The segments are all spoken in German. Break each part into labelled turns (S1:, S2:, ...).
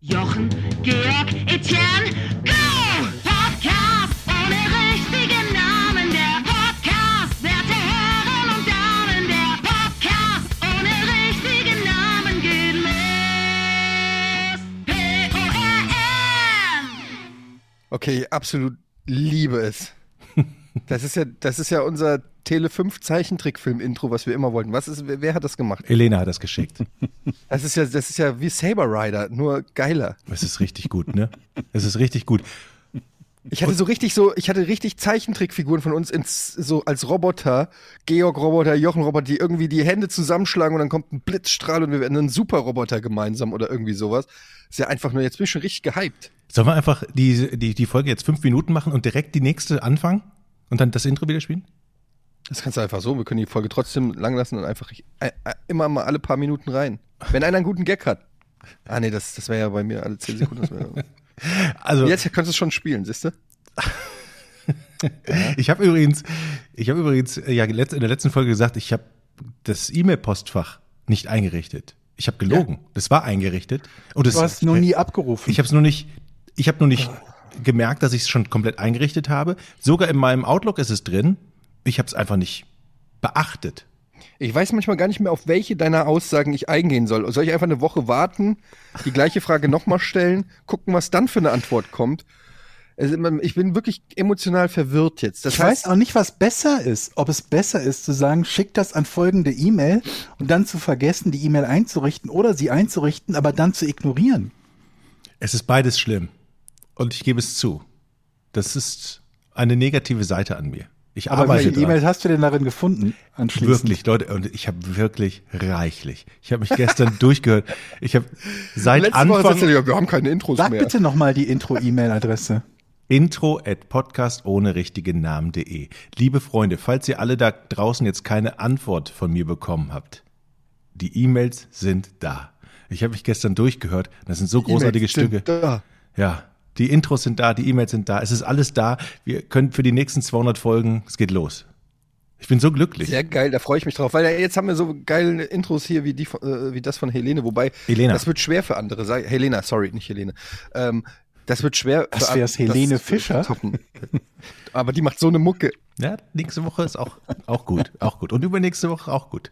S1: Jochen, Georg, Etienne, go! Podcast ohne richtigen Namen, der Podcast, werte Herren und Damen, der Podcast ohne richtigen Namen geht los. E P-O-R-M!
S2: Okay, absolut liebe es. Das ist ja, das ist ja unser Tele 5 Zeichentrickfilm Intro, was wir immer wollten. Was ist wer wer hat das gemacht?
S3: Elena hat das geschickt.
S2: Das ist ja das ist ja wie Saber Rider, nur geiler.
S3: Es ist richtig gut, ne? Es ist richtig gut.
S2: Ich hatte so richtig so, ich hatte richtig Zeichentrickfiguren von uns ins, so als Roboter, Georg Roboter, Jochen Roboter, die irgendwie die Hände zusammenschlagen und dann kommt ein Blitzstrahl und wir werden ein Superroboter gemeinsam oder irgendwie sowas. Ist ja einfach nur jetzt bin ich schon richtig gehypt.
S3: Sollen wir einfach die, die, die Folge jetzt fünf Minuten machen und direkt die nächste anfangen und dann das Intro wieder spielen?
S2: Das kannst du einfach so, wir können die Folge trotzdem lang lassen und einfach ich- äh, äh, immer mal alle paar Minuten rein. Wenn einer einen guten Gag hat. Ah nee, das, das wäre ja bei mir alle zehn Sekunden. Das wär,
S3: Also
S2: jetzt kannst du es schon spielen, siehst du?
S3: ich habe übrigens, ich habe übrigens äh, ja letzt- in der letzten Folge gesagt, ich habe das E-Mail-Postfach nicht eingerichtet. Ich habe gelogen. Das war eingerichtet und es
S4: Du hast noch nie abgerufen.
S3: Ich habe es nur nicht, ich habe nur nicht gemerkt, dass ich es schon komplett eingerichtet habe. Sogar in meinem Outlook ist es drin. Ich habe es einfach nicht beachtet.
S2: Ich weiß manchmal gar nicht mehr, auf welche deiner Aussagen ich eingehen soll. Soll ich einfach eine Woche warten, die gleiche Frage nochmal stellen, gucken, was dann für eine Antwort kommt? Also man- ich bin wirklich emotional verwirrt jetzt. Das
S4: ich
S2: heißt,
S4: weiß auch nicht, was besser ist. Ob es besser ist, zu sagen, schick das an folgende E-Mail und dann zu vergessen, die E-Mail einzurichten oder sie einzurichten, aber dann zu ignorieren.
S3: Es ist beides schlimm. Und ich gebe es zu. Das ist eine negative Seite an mir. Ich
S4: Aber
S3: arbeite
S4: welche
S3: dran.
S4: E-Mail hast du denn darin gefunden anschließend?
S3: Wirklich, Leute, und ich habe wirklich reichlich. Ich habe mich gestern durchgehört. Ich habe seit
S2: letzte Woche
S3: Anfang
S2: sagst du, ja, wir haben keine Intros
S4: Sag
S2: mehr.
S4: bitte nochmal die Intro-E-Mail-Adresse.
S3: Intro at podcast ohne richtigen Namen.de. Liebe Freunde, falls ihr alle da draußen jetzt keine Antwort von mir bekommen habt, die E-Mails sind da. Ich habe mich gestern durchgehört. Das sind so großartige
S2: E-Mails sind
S3: Stücke.
S2: Da.
S3: Ja, die Intros sind da, die E-Mails sind da. Es ist alles da. Wir können für die nächsten 200 Folgen, es geht los. Ich bin so glücklich.
S2: Sehr geil, da freue ich mich drauf, weil ja, jetzt haben wir so geile Intros hier wie, die, von- äh, wie das von Helene, wobei
S3: Helena.
S2: das wird schwer für andere. Sei, Helena, sorry, nicht Helene. Ähm, das wird schwer.
S4: Das
S2: für
S4: wär's
S2: an-
S4: Helene
S2: das-
S4: Fischer?
S2: Toppen. Aber die macht so eine Mucke.
S3: Ja, nächste Woche ist auch, auch gut, auch gut. Und übernächste Woche auch gut.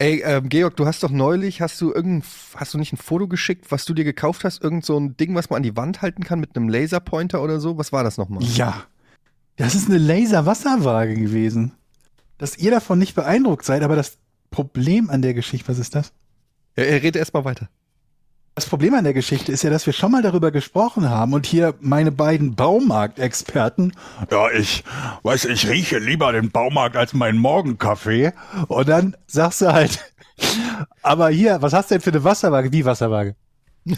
S2: Ey, ähm, Georg, du hast doch neulich, hast du irgendein, hast du nicht ein Foto geschickt, was du dir gekauft hast? Irgend so ein Ding, was man an die Wand halten kann mit einem Laserpointer oder so? Was war das nochmal?
S4: Ja. Das ist eine Laser-Wasserwaage gewesen. Dass ihr davon nicht beeindruckt seid, aber das Problem an der Geschichte, was ist das?
S2: Er, er redet erstmal weiter.
S4: Das Problem an der Geschichte ist ja, dass wir schon mal darüber gesprochen haben und hier meine beiden Baumarktexperten, ja, ich weiß, ich rieche lieber den Baumarkt als meinen Morgenkaffee. Und dann sagst du halt, aber hier, was hast du denn für eine Wasserwaage? Wie Wasserwaage?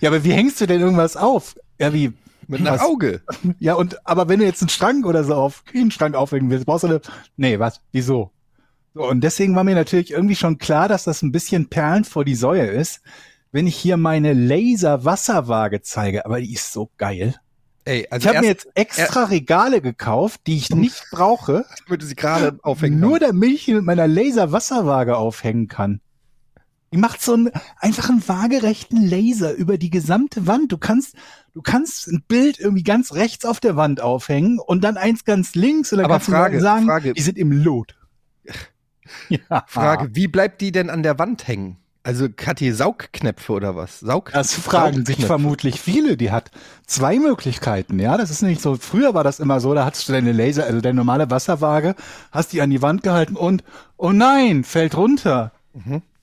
S4: ja, aber wie hängst du denn irgendwas auf? Ja, wie?
S2: Mit einem
S4: was?
S2: Auge.
S4: Ja, und aber wenn du jetzt einen Schrank oder so auf einen Schrank aufhängen willst, brauchst du eine. Nee, was? Wieso? So, und deswegen war mir natürlich irgendwie schon klar, dass das ein bisschen Perlen vor die Säue ist, wenn ich hier meine Laser-Wasserwaage zeige. Aber die ist so geil.
S2: Ey, also
S4: Ich habe mir
S2: erst
S4: jetzt extra Regale gekauft, die ich nicht brauche,
S2: würde sie gerade aufhängen.
S4: nur
S2: können.
S4: damit ich die mit meiner Laser-Wasserwaage aufhängen kann. Die macht so einen einfach einen waagerechten Laser über die gesamte Wand. Du kannst, du kannst ein Bild irgendwie ganz rechts auf der Wand aufhängen und dann eins ganz links und dann
S2: Aber
S4: kannst
S2: Frage,
S4: du sagen,
S2: Frage.
S4: die sind im Lot. Ja.
S2: Frage, wie bleibt die denn an der Wand hängen? Also hat die Saugknöpfe oder was? Saug
S4: Das fragen sich
S2: Saugknöpfe.
S4: vermutlich viele. Die hat zwei Möglichkeiten, ja. Das ist nicht so. Früher war das immer so, da hattest du deine Laser, also deine normale Wasserwaage, hast die an die Wand gehalten und, oh nein, fällt runter.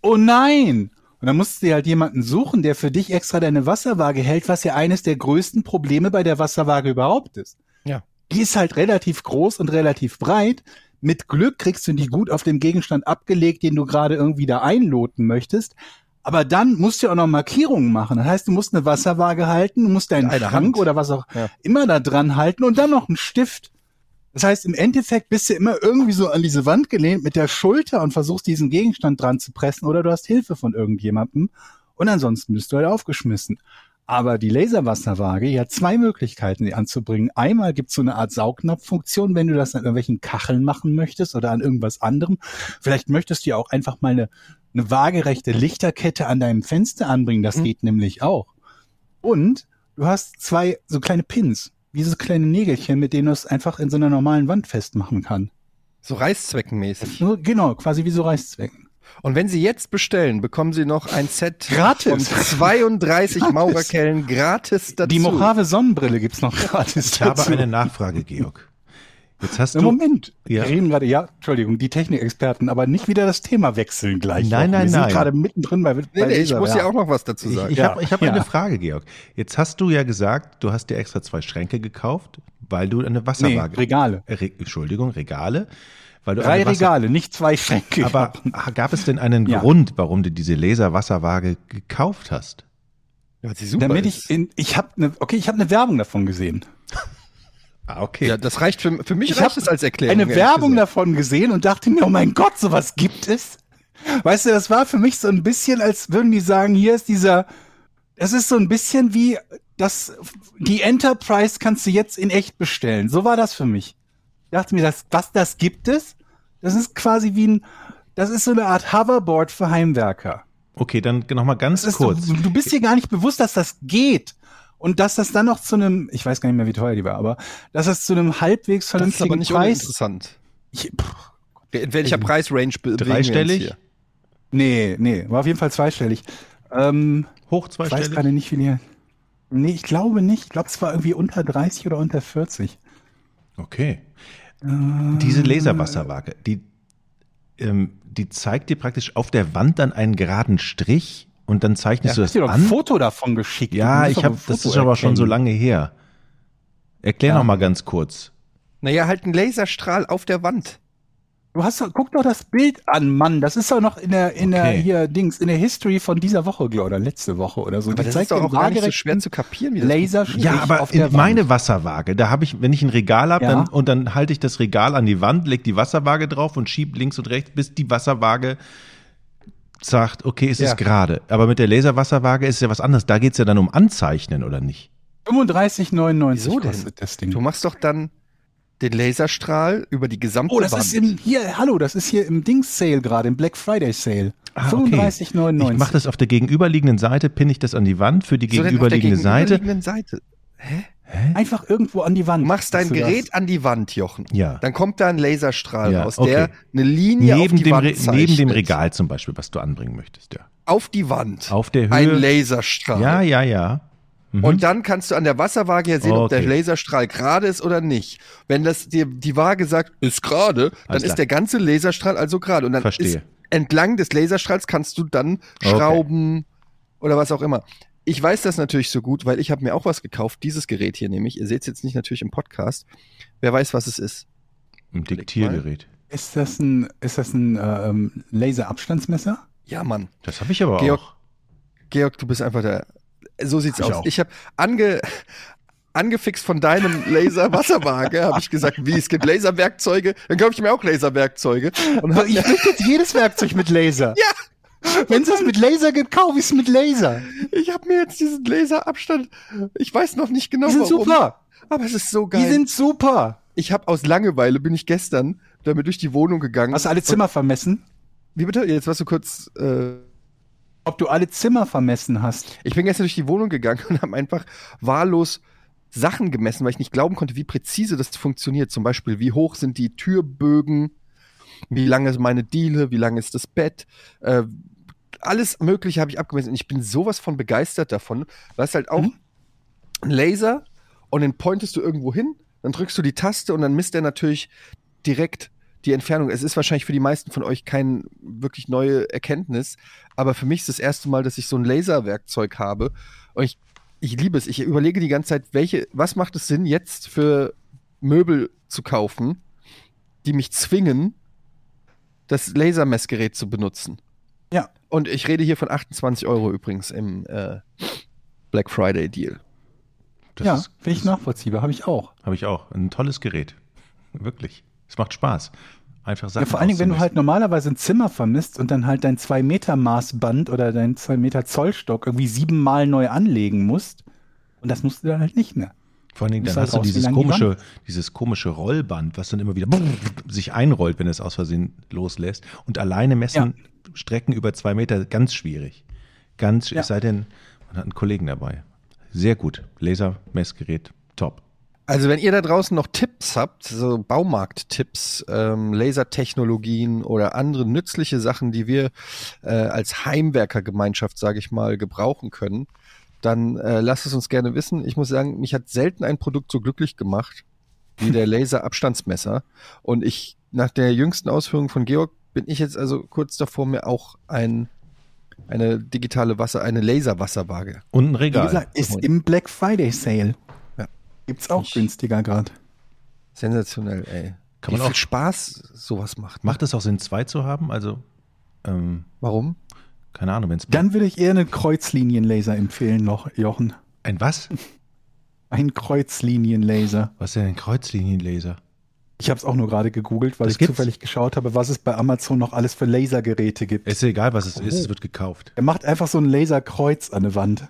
S4: Oh nein. Und dann musst du dir halt jemanden suchen, der für dich extra deine Wasserwaage hält, was ja eines der größten Probleme bei der Wasserwaage überhaupt ist.
S2: Ja.
S4: Die ist halt relativ groß und relativ breit. Mit Glück kriegst du die gut auf dem Gegenstand abgelegt, den du gerade irgendwie da einloten möchtest. Aber dann musst du ja auch noch Markierungen machen. Das heißt, du musst eine Wasserwaage halten, du musst deinen
S2: Eine
S4: Schrank
S2: Hand.
S4: oder was auch
S2: Ja.
S4: immer da dran halten und dann noch einen Stift. Das heißt, im Endeffekt bist du immer irgendwie so an diese Wand gelehnt mit der Schulter und versuchst diesen Gegenstand dran zu pressen oder du hast Hilfe von irgendjemandem und ansonsten bist du halt aufgeschmissen. Aber die Laserwasserwaage, die hat zwei Möglichkeiten, die anzubringen. Einmal gibt's so eine Art Saugnapffunktion, wenn du das an irgendwelchen Kacheln machen möchtest oder an irgendwas anderem. Vielleicht möchtest du ja auch einfach mal eine eine waagerechte Lichterkette an deinem Fenster anbringen.
S3: Mhm.
S4: Das geht nämlich auch. Und du hast zwei so kleine Pins, wie so kleine Nägelchen, mit denen du es einfach in so einer normalen Wand festmachen kann.
S2: So reißzweckenmäßig.
S4: Nur, genau, quasi wie so Reißzwecken.
S2: Und wenn Sie jetzt bestellen, bekommen Sie noch ein Set
S4: Gratis.
S2: von 32
S4: Gratis.
S2: Maurerkellen gratis dazu.
S4: Die Mojave-Sonnenbrille gibt's noch gratis.
S3: Ich habe
S4: dazu.
S3: eine Nachfrage, Georg. Jetzt hast
S4: Na,
S3: du.
S4: Moment,
S3: Ja.
S4: wir reden gerade, ja, Entschuldigung, die Technikexperten, aber nicht wieder das Thema wechseln gleich.
S3: Nein,
S4: noch.
S3: nein,
S4: wir sind
S3: nein.
S4: gerade mittendrin bei,
S2: Nee,
S4: bei
S2: nee, ich
S4: dieser
S2: muss ja
S4: Werbung.
S2: auch noch was dazu
S3: Ich,
S2: sagen.
S3: ich
S4: Ja,
S3: habe ich hab
S4: ja.
S3: eine Frage, Georg. Jetzt hast du ja gesagt, du hast dir extra zwei Schränke gekauft, weil du eine Wasserwaage.
S4: Nee, Regale.
S3: Re Entschuldigung, Regale. Weil du
S4: Drei
S3: eine Wasser-
S4: Regale, nicht zwei Schränke.
S3: Aber gab es denn einen
S4: Ja.
S3: Grund, warum du diese Laserwasserwaage gekauft hast?
S2: Ja, weil sie super
S4: damit
S2: ist.
S4: ich in, ich habe eine, okay, ich habe eine Werbung davon gesehen.
S3: Ah, okay.
S2: ja, das reicht für, für mich
S4: Ich
S2: reicht
S4: habe
S2: es als Erklärung.
S4: eine
S2: ehrlich
S4: Werbung
S2: gesagt.
S4: davon gesehen und dachte mir, oh mein Gott, sowas gibt es. Weißt du, das war für mich so ein bisschen, als würden die sagen, hier ist dieser, das ist so ein bisschen wie das, die Enterprise kannst du jetzt in echt bestellen. So war das für mich. Ich dachte mir, das, was das gibt es? Das ist quasi wie ein, das ist so eine Art Hoverboard für Heimwerker.
S3: Okay, dann nochmal ganz
S4: Das ist,
S3: kurz.
S4: Du, du bist dir gar nicht bewusst, dass das geht. Und dass das dann noch zu einem, ich weiß gar nicht mehr, wie teuer die war, aber dass das zu einem halbwegs
S2: Das ist aber
S4: vernünftigen
S2: nicht
S4: Preis. Also
S2: uninteressant.
S4: Ich, pff,
S2: In welcher Preisrange be- bewegen wir uns
S3: Dreistellig?
S2: hier?
S4: nee, nee, war auf jeden Fall zweistellig. Ähm,
S3: Hoch
S4: ich weiß
S3: zweistellig.
S4: gerade nicht, wie die. Nee, ich glaube nicht. Ich glaube, es war irgendwie unter 30 oder unter 40.
S3: Okay. Diese Laserwasserwaage, die, ähm, die zeigt dir praktisch auf der Wand dann einen geraden Strich und dann zeichnest
S4: hast
S3: du
S4: dir
S3: das
S4: doch ein
S3: an.
S4: Foto davon geschickt. Du
S3: Ja,
S4: musst
S3: ich
S4: doch ein
S3: habe
S4: Foto
S3: das ist aber schon so
S4: erkennen.
S3: lange her. Erklär
S4: Ja.
S3: noch mal ganz kurz.
S2: Naja, halt ein Laserstrahl auf der Wand.
S4: Du hast doch, guck doch das Bild an, Mann. Das ist doch noch in der, in der
S3: Okay.
S4: hier Dings, in der History von dieser Woche, glaube ich, oder letzte Woche oder so.
S2: Aber das ist doch
S4: dir
S2: auch gar nicht so
S4: waagerecht
S2: schwer zu kapieren. Wie das
S4: Laser
S3: Ja, aber
S4: auf
S3: in
S4: der
S3: meine
S4: Wand.
S3: Wasserwaage, da habe ich, wenn ich ein Regal habe
S4: Ja.
S3: dann, und dann halte ich das Regal an die Wand, leg die Wasserwaage drauf und schieb links und rechts, bis die Wasserwaage sagt, okay, es
S2: Ja.
S3: ist gerade. Aber mit der Laserwasserwaage ist ja was anderes. Da geht's ja dann um Anzeichnen, oder nicht?
S4: 35,99
S2: Wieso denn?
S4: kostet das
S2: Du
S3: Hm.
S4: Ding.
S2: machst doch dann den Laserstrahl über die gesamte
S4: Oh, das
S2: Wand.
S4: ist im, hier, hallo, das ist hier im Dings-Sale gerade, im Black Friday-Sale.
S3: Ah, okay.
S4: 35,99.
S3: Ich mache das auf der gegenüberliegenden Seite, pinne ich das an die Wand für die
S2: Wieso denn auf der
S3: gegenüberliegende Seite.
S2: gegenüberliegenden Seite.
S4: Einfach irgendwo an die Wand.
S2: Du machst dein
S4: Hast du das?
S2: Gerät an die Wand, Jochen.
S3: Ja.
S2: Dann kommt da ein Laserstrahl
S3: Ja,
S2: raus,
S3: okay.
S2: der eine Linie auf
S3: Neben
S2: die
S3: dem,
S2: Wand
S3: Re-
S2: zeichnet.
S3: neben dem Regal zum Beispiel, was du anbringen möchtest, ja.
S2: Auf die Wand.
S3: Auf der Höhe.
S2: Ein Laserstrahl.
S3: Ja, ja, ja. Mhm.
S2: Und dann kannst du an der Wasserwaage ja sehen, ob der
S3: Okay.
S2: Laserstrahl gerade ist oder nicht. Wenn das dir die Waage sagt, ist gerade, dann
S3: Alles
S2: ist
S3: klar.
S2: der ganze Laserstrahl also gerade. Und dann
S3: Verstehe.
S2: ist entlang des Laserstrahls kannst du dann
S3: Okay.
S2: schrauben oder was auch immer. Ich weiß das natürlich so gut, weil ich habe mir auch was gekauft. Dieses Gerät hier nämlich. Ihr seht es jetzt nicht natürlich im Podcast. Wer weiß, was es ist.
S3: Ein Diktiergerät.
S4: Ist das ein, ist das ein äh, ähm, Laserabstandsmesser?
S2: Ja, Mann.
S3: Das habe ich aber
S2: Georg,
S3: auch.
S2: Georg, du bist einfach der. So sieht's
S4: Hab ich
S2: aus.
S4: auch.
S2: Ich, hab habe ange, angefixt von deinem Laser-Wasserwaage, habe ich gesagt, wie es gibt Laserwerkzeuge, dann kaufe ich mir auch Laserwerkzeuge. Und hab,
S4: Ich möchte jetzt jedes Werkzeug mit Laser. Ja! Wenn es das mit Laser gibt, kaufe ich es mit Laser.
S2: ich habe mir jetzt diesen Laserabstand. Ich weiß noch nicht genau,
S4: Die sind
S2: warum,
S4: super.
S2: aber es ist so geil.
S4: Die sind super.
S2: ich habe aus Langeweile bin ich gestern damit durch die Wohnung gegangen.
S4: Hast du alle Zimmer vermessen?
S2: Wie bitte? Jetzt warst du kurz. Äh,
S4: Ob du alle Zimmer vermessen hast?
S2: ich bin gestern durch die Wohnung gegangen und habe einfach wahllos Sachen gemessen, weil ich nicht glauben konnte, wie präzise das funktioniert. Zum Beispiel, wie hoch sind die Türbögen, wie lang ist meine Diele, wie lang ist das Bett. Äh, alles Mögliche habe ich abgemessen und ich bin sowas von begeistert davon. Du hast halt auch einen Laser und den pointest du irgendwo hin, dann drückst du die Taste und dann misst er natürlich direkt die Entfernung. Es ist wahrscheinlich für die meisten von euch keine wirklich neue Erkenntnis, aber für mich ist das erste Mal, dass ich so ein Laserwerkzeug habe und ich, ich liebe es. Ich überlege die ganze Zeit, welche, was macht es Sinn, jetzt für Möbel zu kaufen, die mich zwingen, das Lasermessgerät zu benutzen.
S4: Ja.
S2: Und ich rede hier von 28 Euro übrigens im äh, Black Friday Deal.
S3: Das
S4: ja,
S3: ist-
S4: finde ich nachvollziehbar. Habe ich auch.
S3: Habe ich auch. Ein tolles Gerät. Wirklich. Es macht Spaß. Einfach
S4: Ja,
S3: Sachen.
S4: vor allen Dingen, wenn du halt
S3: auszumessen.
S4: normalerweise ein Zimmer vermisst und dann halt dein 2-Meter-Maßband oder dein 2-Meter-Zollstock irgendwie siebenmal neu anlegen musst. Und das musst du dann halt nicht mehr.
S3: Vor allen Dingen,
S4: Ist
S3: dann
S4: halt
S3: hast du
S4: raus, wie
S3: dieses
S4: lang die
S3: komische, dieses komische Rollband, was dann immer wieder sich einrollt, wenn es aus Versehen loslässt. Und alleine messen Strecken über zwei Meter ganz schwierig. Ganz,
S4: Ja.
S3: es sei denn, man hat einen Kollegen dabei. Sehr gut. Lasermessgerät, top.
S2: Also wenn ihr da draußen noch Tipps habt, so Baumarkt-Tipps, ähm, Lasertechnologien oder andere nützliche Sachen, die wir äh, als Heimwerkergemeinschaft, sage ich mal, gebrauchen können, dann äh, lasst es uns gerne wissen. Ich muss sagen, mich hat selten ein Produkt so glücklich gemacht wie der Laser-Abstandsmesser. Und ich, nach der jüngsten Ausführung von Georg, bin ich jetzt also kurz davor, mir auch ein, eine digitale Wasser, eine Laserwasserwaage.
S3: Und ein
S4: Wie
S3: Regal.
S4: gesagt, ist im Black Friday Sale.
S2: Ja.
S4: Gibt's auch günstiger gerade.
S2: Sensationell, ey.
S3: Kann
S2: Wie
S3: man
S2: viel
S3: auch-
S2: Spaß sowas macht.
S3: Macht es auch Sinn, zwei zu haben? Also, ähm,
S2: Warum?
S3: keine Ahnung, wenn es.
S4: Dann würde ich eher einen Kreuzlinienlaser empfehlen noch, Jochen.
S3: Ein was?
S4: Ein Kreuzlinienlaser.
S3: Was ist denn ein Kreuzlinienlaser?
S4: Ich habe es auch nur gerade gegoogelt, weil
S3: Das
S4: ich
S3: gibt's?
S4: zufällig geschaut habe, was es bei Amazon noch alles für Lasergeräte gibt.
S3: Ist egal, was es
S2: Oh.
S3: ist, es wird gekauft.
S4: er macht einfach so ein Laserkreuz an eine Wand.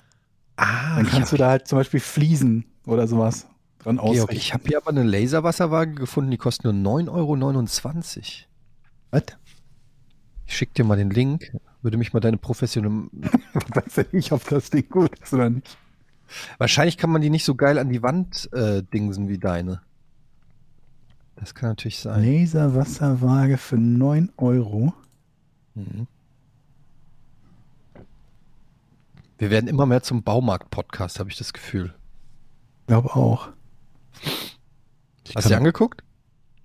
S3: Ah,
S4: Dann kannst du da halt zum Beispiel Fliesen oder sowas dran
S2: Georg,
S4: ausrichten.
S2: ich habe hier aber eine Laserwasserwaage gefunden, die kostet nur 9,29 Euro.
S4: Was?
S2: Ich schick dir mal den Link. Würde mich mal deine professionelle.
S4: Weiß ja nicht, ob das Ding gut ist oder nicht.
S2: Wahrscheinlich kann man die nicht so geil an die Wand äh, dingsen wie deine. Das kann natürlich sein.
S4: Laserwasserwaage für 9 Euro.
S2: Mhm. Wir werden immer mehr zum Baumarkt-Podcast, habe ich das Gefühl.
S4: Ich glaube auch.
S3: Ich
S2: Hast du dir
S3: kann-
S2: angeguckt?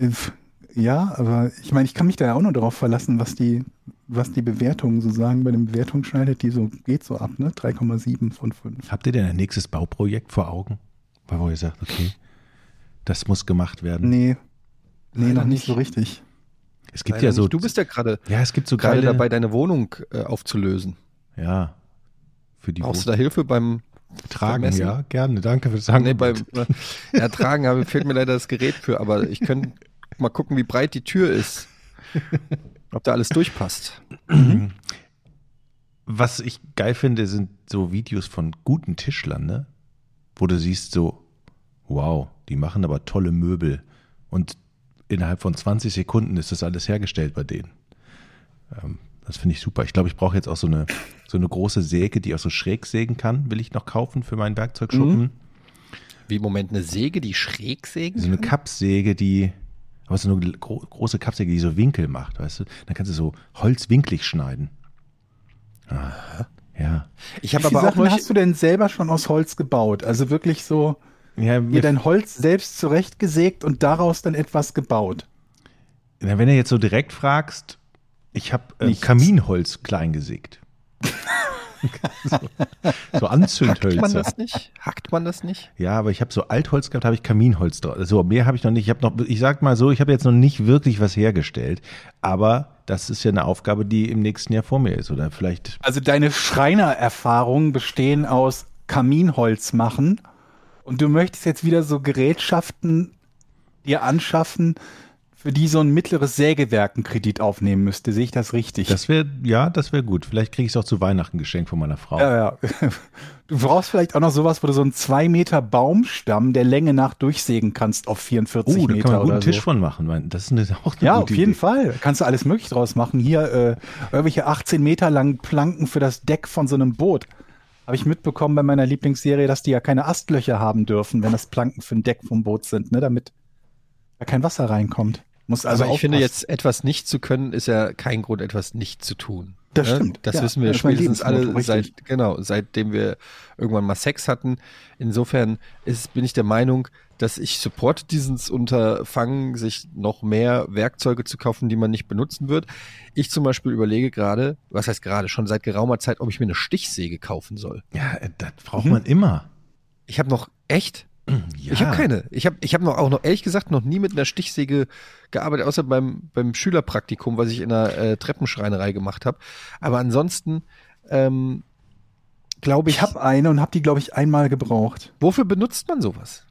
S4: If- Ja, aber ich meine, ich kann mich da ja auch nur darauf verlassen, was die, was die Bewertungen so sagen. Bei den Bewertungen schneidet die so, geht so ab, ne? 3,7 von 5.
S2: Hm.
S3: Habt ihr denn ein nächstes Bauprojekt vor Augen? Weil wo ihr sagt, okay, das muss gemacht werden.
S4: Nee. Nee,
S2: Leider
S4: noch nicht
S2: nicht.
S4: so richtig.
S3: Es gibt
S2: Leider
S3: ja so.
S2: nicht. Du bist ja gerade
S3: ja, es gibt so
S2: gerade
S3: geile,
S2: dabei, deine Wohnung äh, aufzulösen.
S3: Ja. Für die
S2: Brauchst du
S3: Wohnung
S2: da Hilfe beim
S3: tragen,
S2: vermessen?
S3: ja, gerne. Danke fürs Sagen.
S2: Nee, beim Ertragen habe, fehlt mir leider das Gerät für, aber ich könnte mal gucken, wie breit die Tür ist. Ob da alles durchpasst.
S3: Was ich geil finde, sind so Videos von guten Tischlern, ne? Wo du siehst so, wow, die machen aber tolle Möbel. Und innerhalb von 20 Sekunden ist das alles hergestellt bei denen. Ähm, das finde ich super. Ich glaube, ich brauche jetzt auch so eine, so eine große Säge, die auch so schräg sägen kann, will ich noch kaufen für meinen Werkzeugschuppen.
S2: Wie im Moment eine Säge, die schräg sägen?
S3: So eine Kappsäge, die, aber so eine gro große Kappsäge, die so Winkel macht, weißt du? Dann kannst du so holzwinklig schneiden. Ah, ja.
S2: Ich habe
S4: Wie
S2: aber
S4: viele
S2: auch
S4: Sachen
S2: neulich,
S4: hast du denn selber schon aus Holz gebaut? Also wirklich so,
S3: Ja, mir,
S4: dir dein Holz selbst zurechtgesägt und daraus dann etwas gebaut.
S3: na, wenn du jetzt so direkt fragst, ich habe äh,
S4: Nichts.
S3: Kaminholz klein gesägt. so, so
S2: hackt man
S3: Anzündhölzer.
S2: das nicht? Hackt man das nicht?
S3: Ja, aber ich habe so Altholz gehabt, habe ich Kaminholz drauf. So, mehr habe ich noch nicht. Ich habe noch, ich sag mal so, ich habe jetzt noch nicht wirklich was hergestellt. Aber das ist ja eine Aufgabe, die im nächsten Jahr vor mir ist. Oder vielleicht
S4: Also deine Schreinererfahrungen bestehen aus Kaminholz machen und du möchtest jetzt wieder so Gerätschaften dir anschaffen, für die so ein mittleres Sägewerk einen Kredit aufnehmen müsste. Sehe ich das richtig?
S3: Das wäre, ja, das wäre gut. Vielleicht kriege ich es auch zu Weihnachten geschenkt von meiner Frau.
S4: ja, ja. Du brauchst vielleicht auch noch sowas, wo du so einen 2 Meter Baumstamm der Länge nach durchsägen kannst auf 44
S3: oh, da kann
S4: Meter
S3: man einen
S4: oder
S3: guten Tisch
S4: so.
S3: von machen. Mein- Das ist eine, auch eine
S4: Ja,
S3: gute
S4: auf jeden
S3: Idee.
S4: Fall. Kannst du alles möglich draus machen. Hier äh, irgendwelche 18 Meter langen Planken für das Deck von so einem Boot. Habe ich mitbekommen bei meiner Lieblingsserie, dass die ja keine Astlöcher haben dürfen, wenn das Planken für ein Deck vom Boot sind, ne? damit da kein Wasser reinkommt. Muss also
S2: Also ich finde
S4: aufpassen.
S2: jetzt, etwas nicht zu können, ist ja kein Grund, etwas nicht zu tun.
S4: Das
S2: Ne?
S4: stimmt.
S2: Das
S4: Ja,
S2: wissen wir
S4: das ist mein
S2: spätestens
S4: Lebensmotto,
S2: alle
S4: richtig.
S2: seit, genau, seitdem wir irgendwann mal Sex hatten. Insofern ist, bin ich der Meinung, dass ich supporte dieses Unterfangen, sich noch mehr Werkzeuge zu kaufen, die man nicht benutzen wird. Ich zum Beispiel überlege gerade, was heißt gerade, schon seit geraumer Zeit, ob ich mir eine Stichsäge kaufen soll.
S3: Ja, äh, das braucht
S4: Mhm.
S3: man immer.
S2: Ich habe noch echt
S3: Ja.
S2: ich habe keine. Ich habe ich hab noch auch noch ehrlich gesagt noch nie mit einer Stichsäge gearbeitet, außer beim, beim Schülerpraktikum, was ich in einer äh, Treppenschreinerei gemacht habe. Aber ansonsten ähm, glaube ich,
S4: Ich habe eine und habe die, glaube ich, einmal gebraucht.
S2: wofür benutzt man sowas?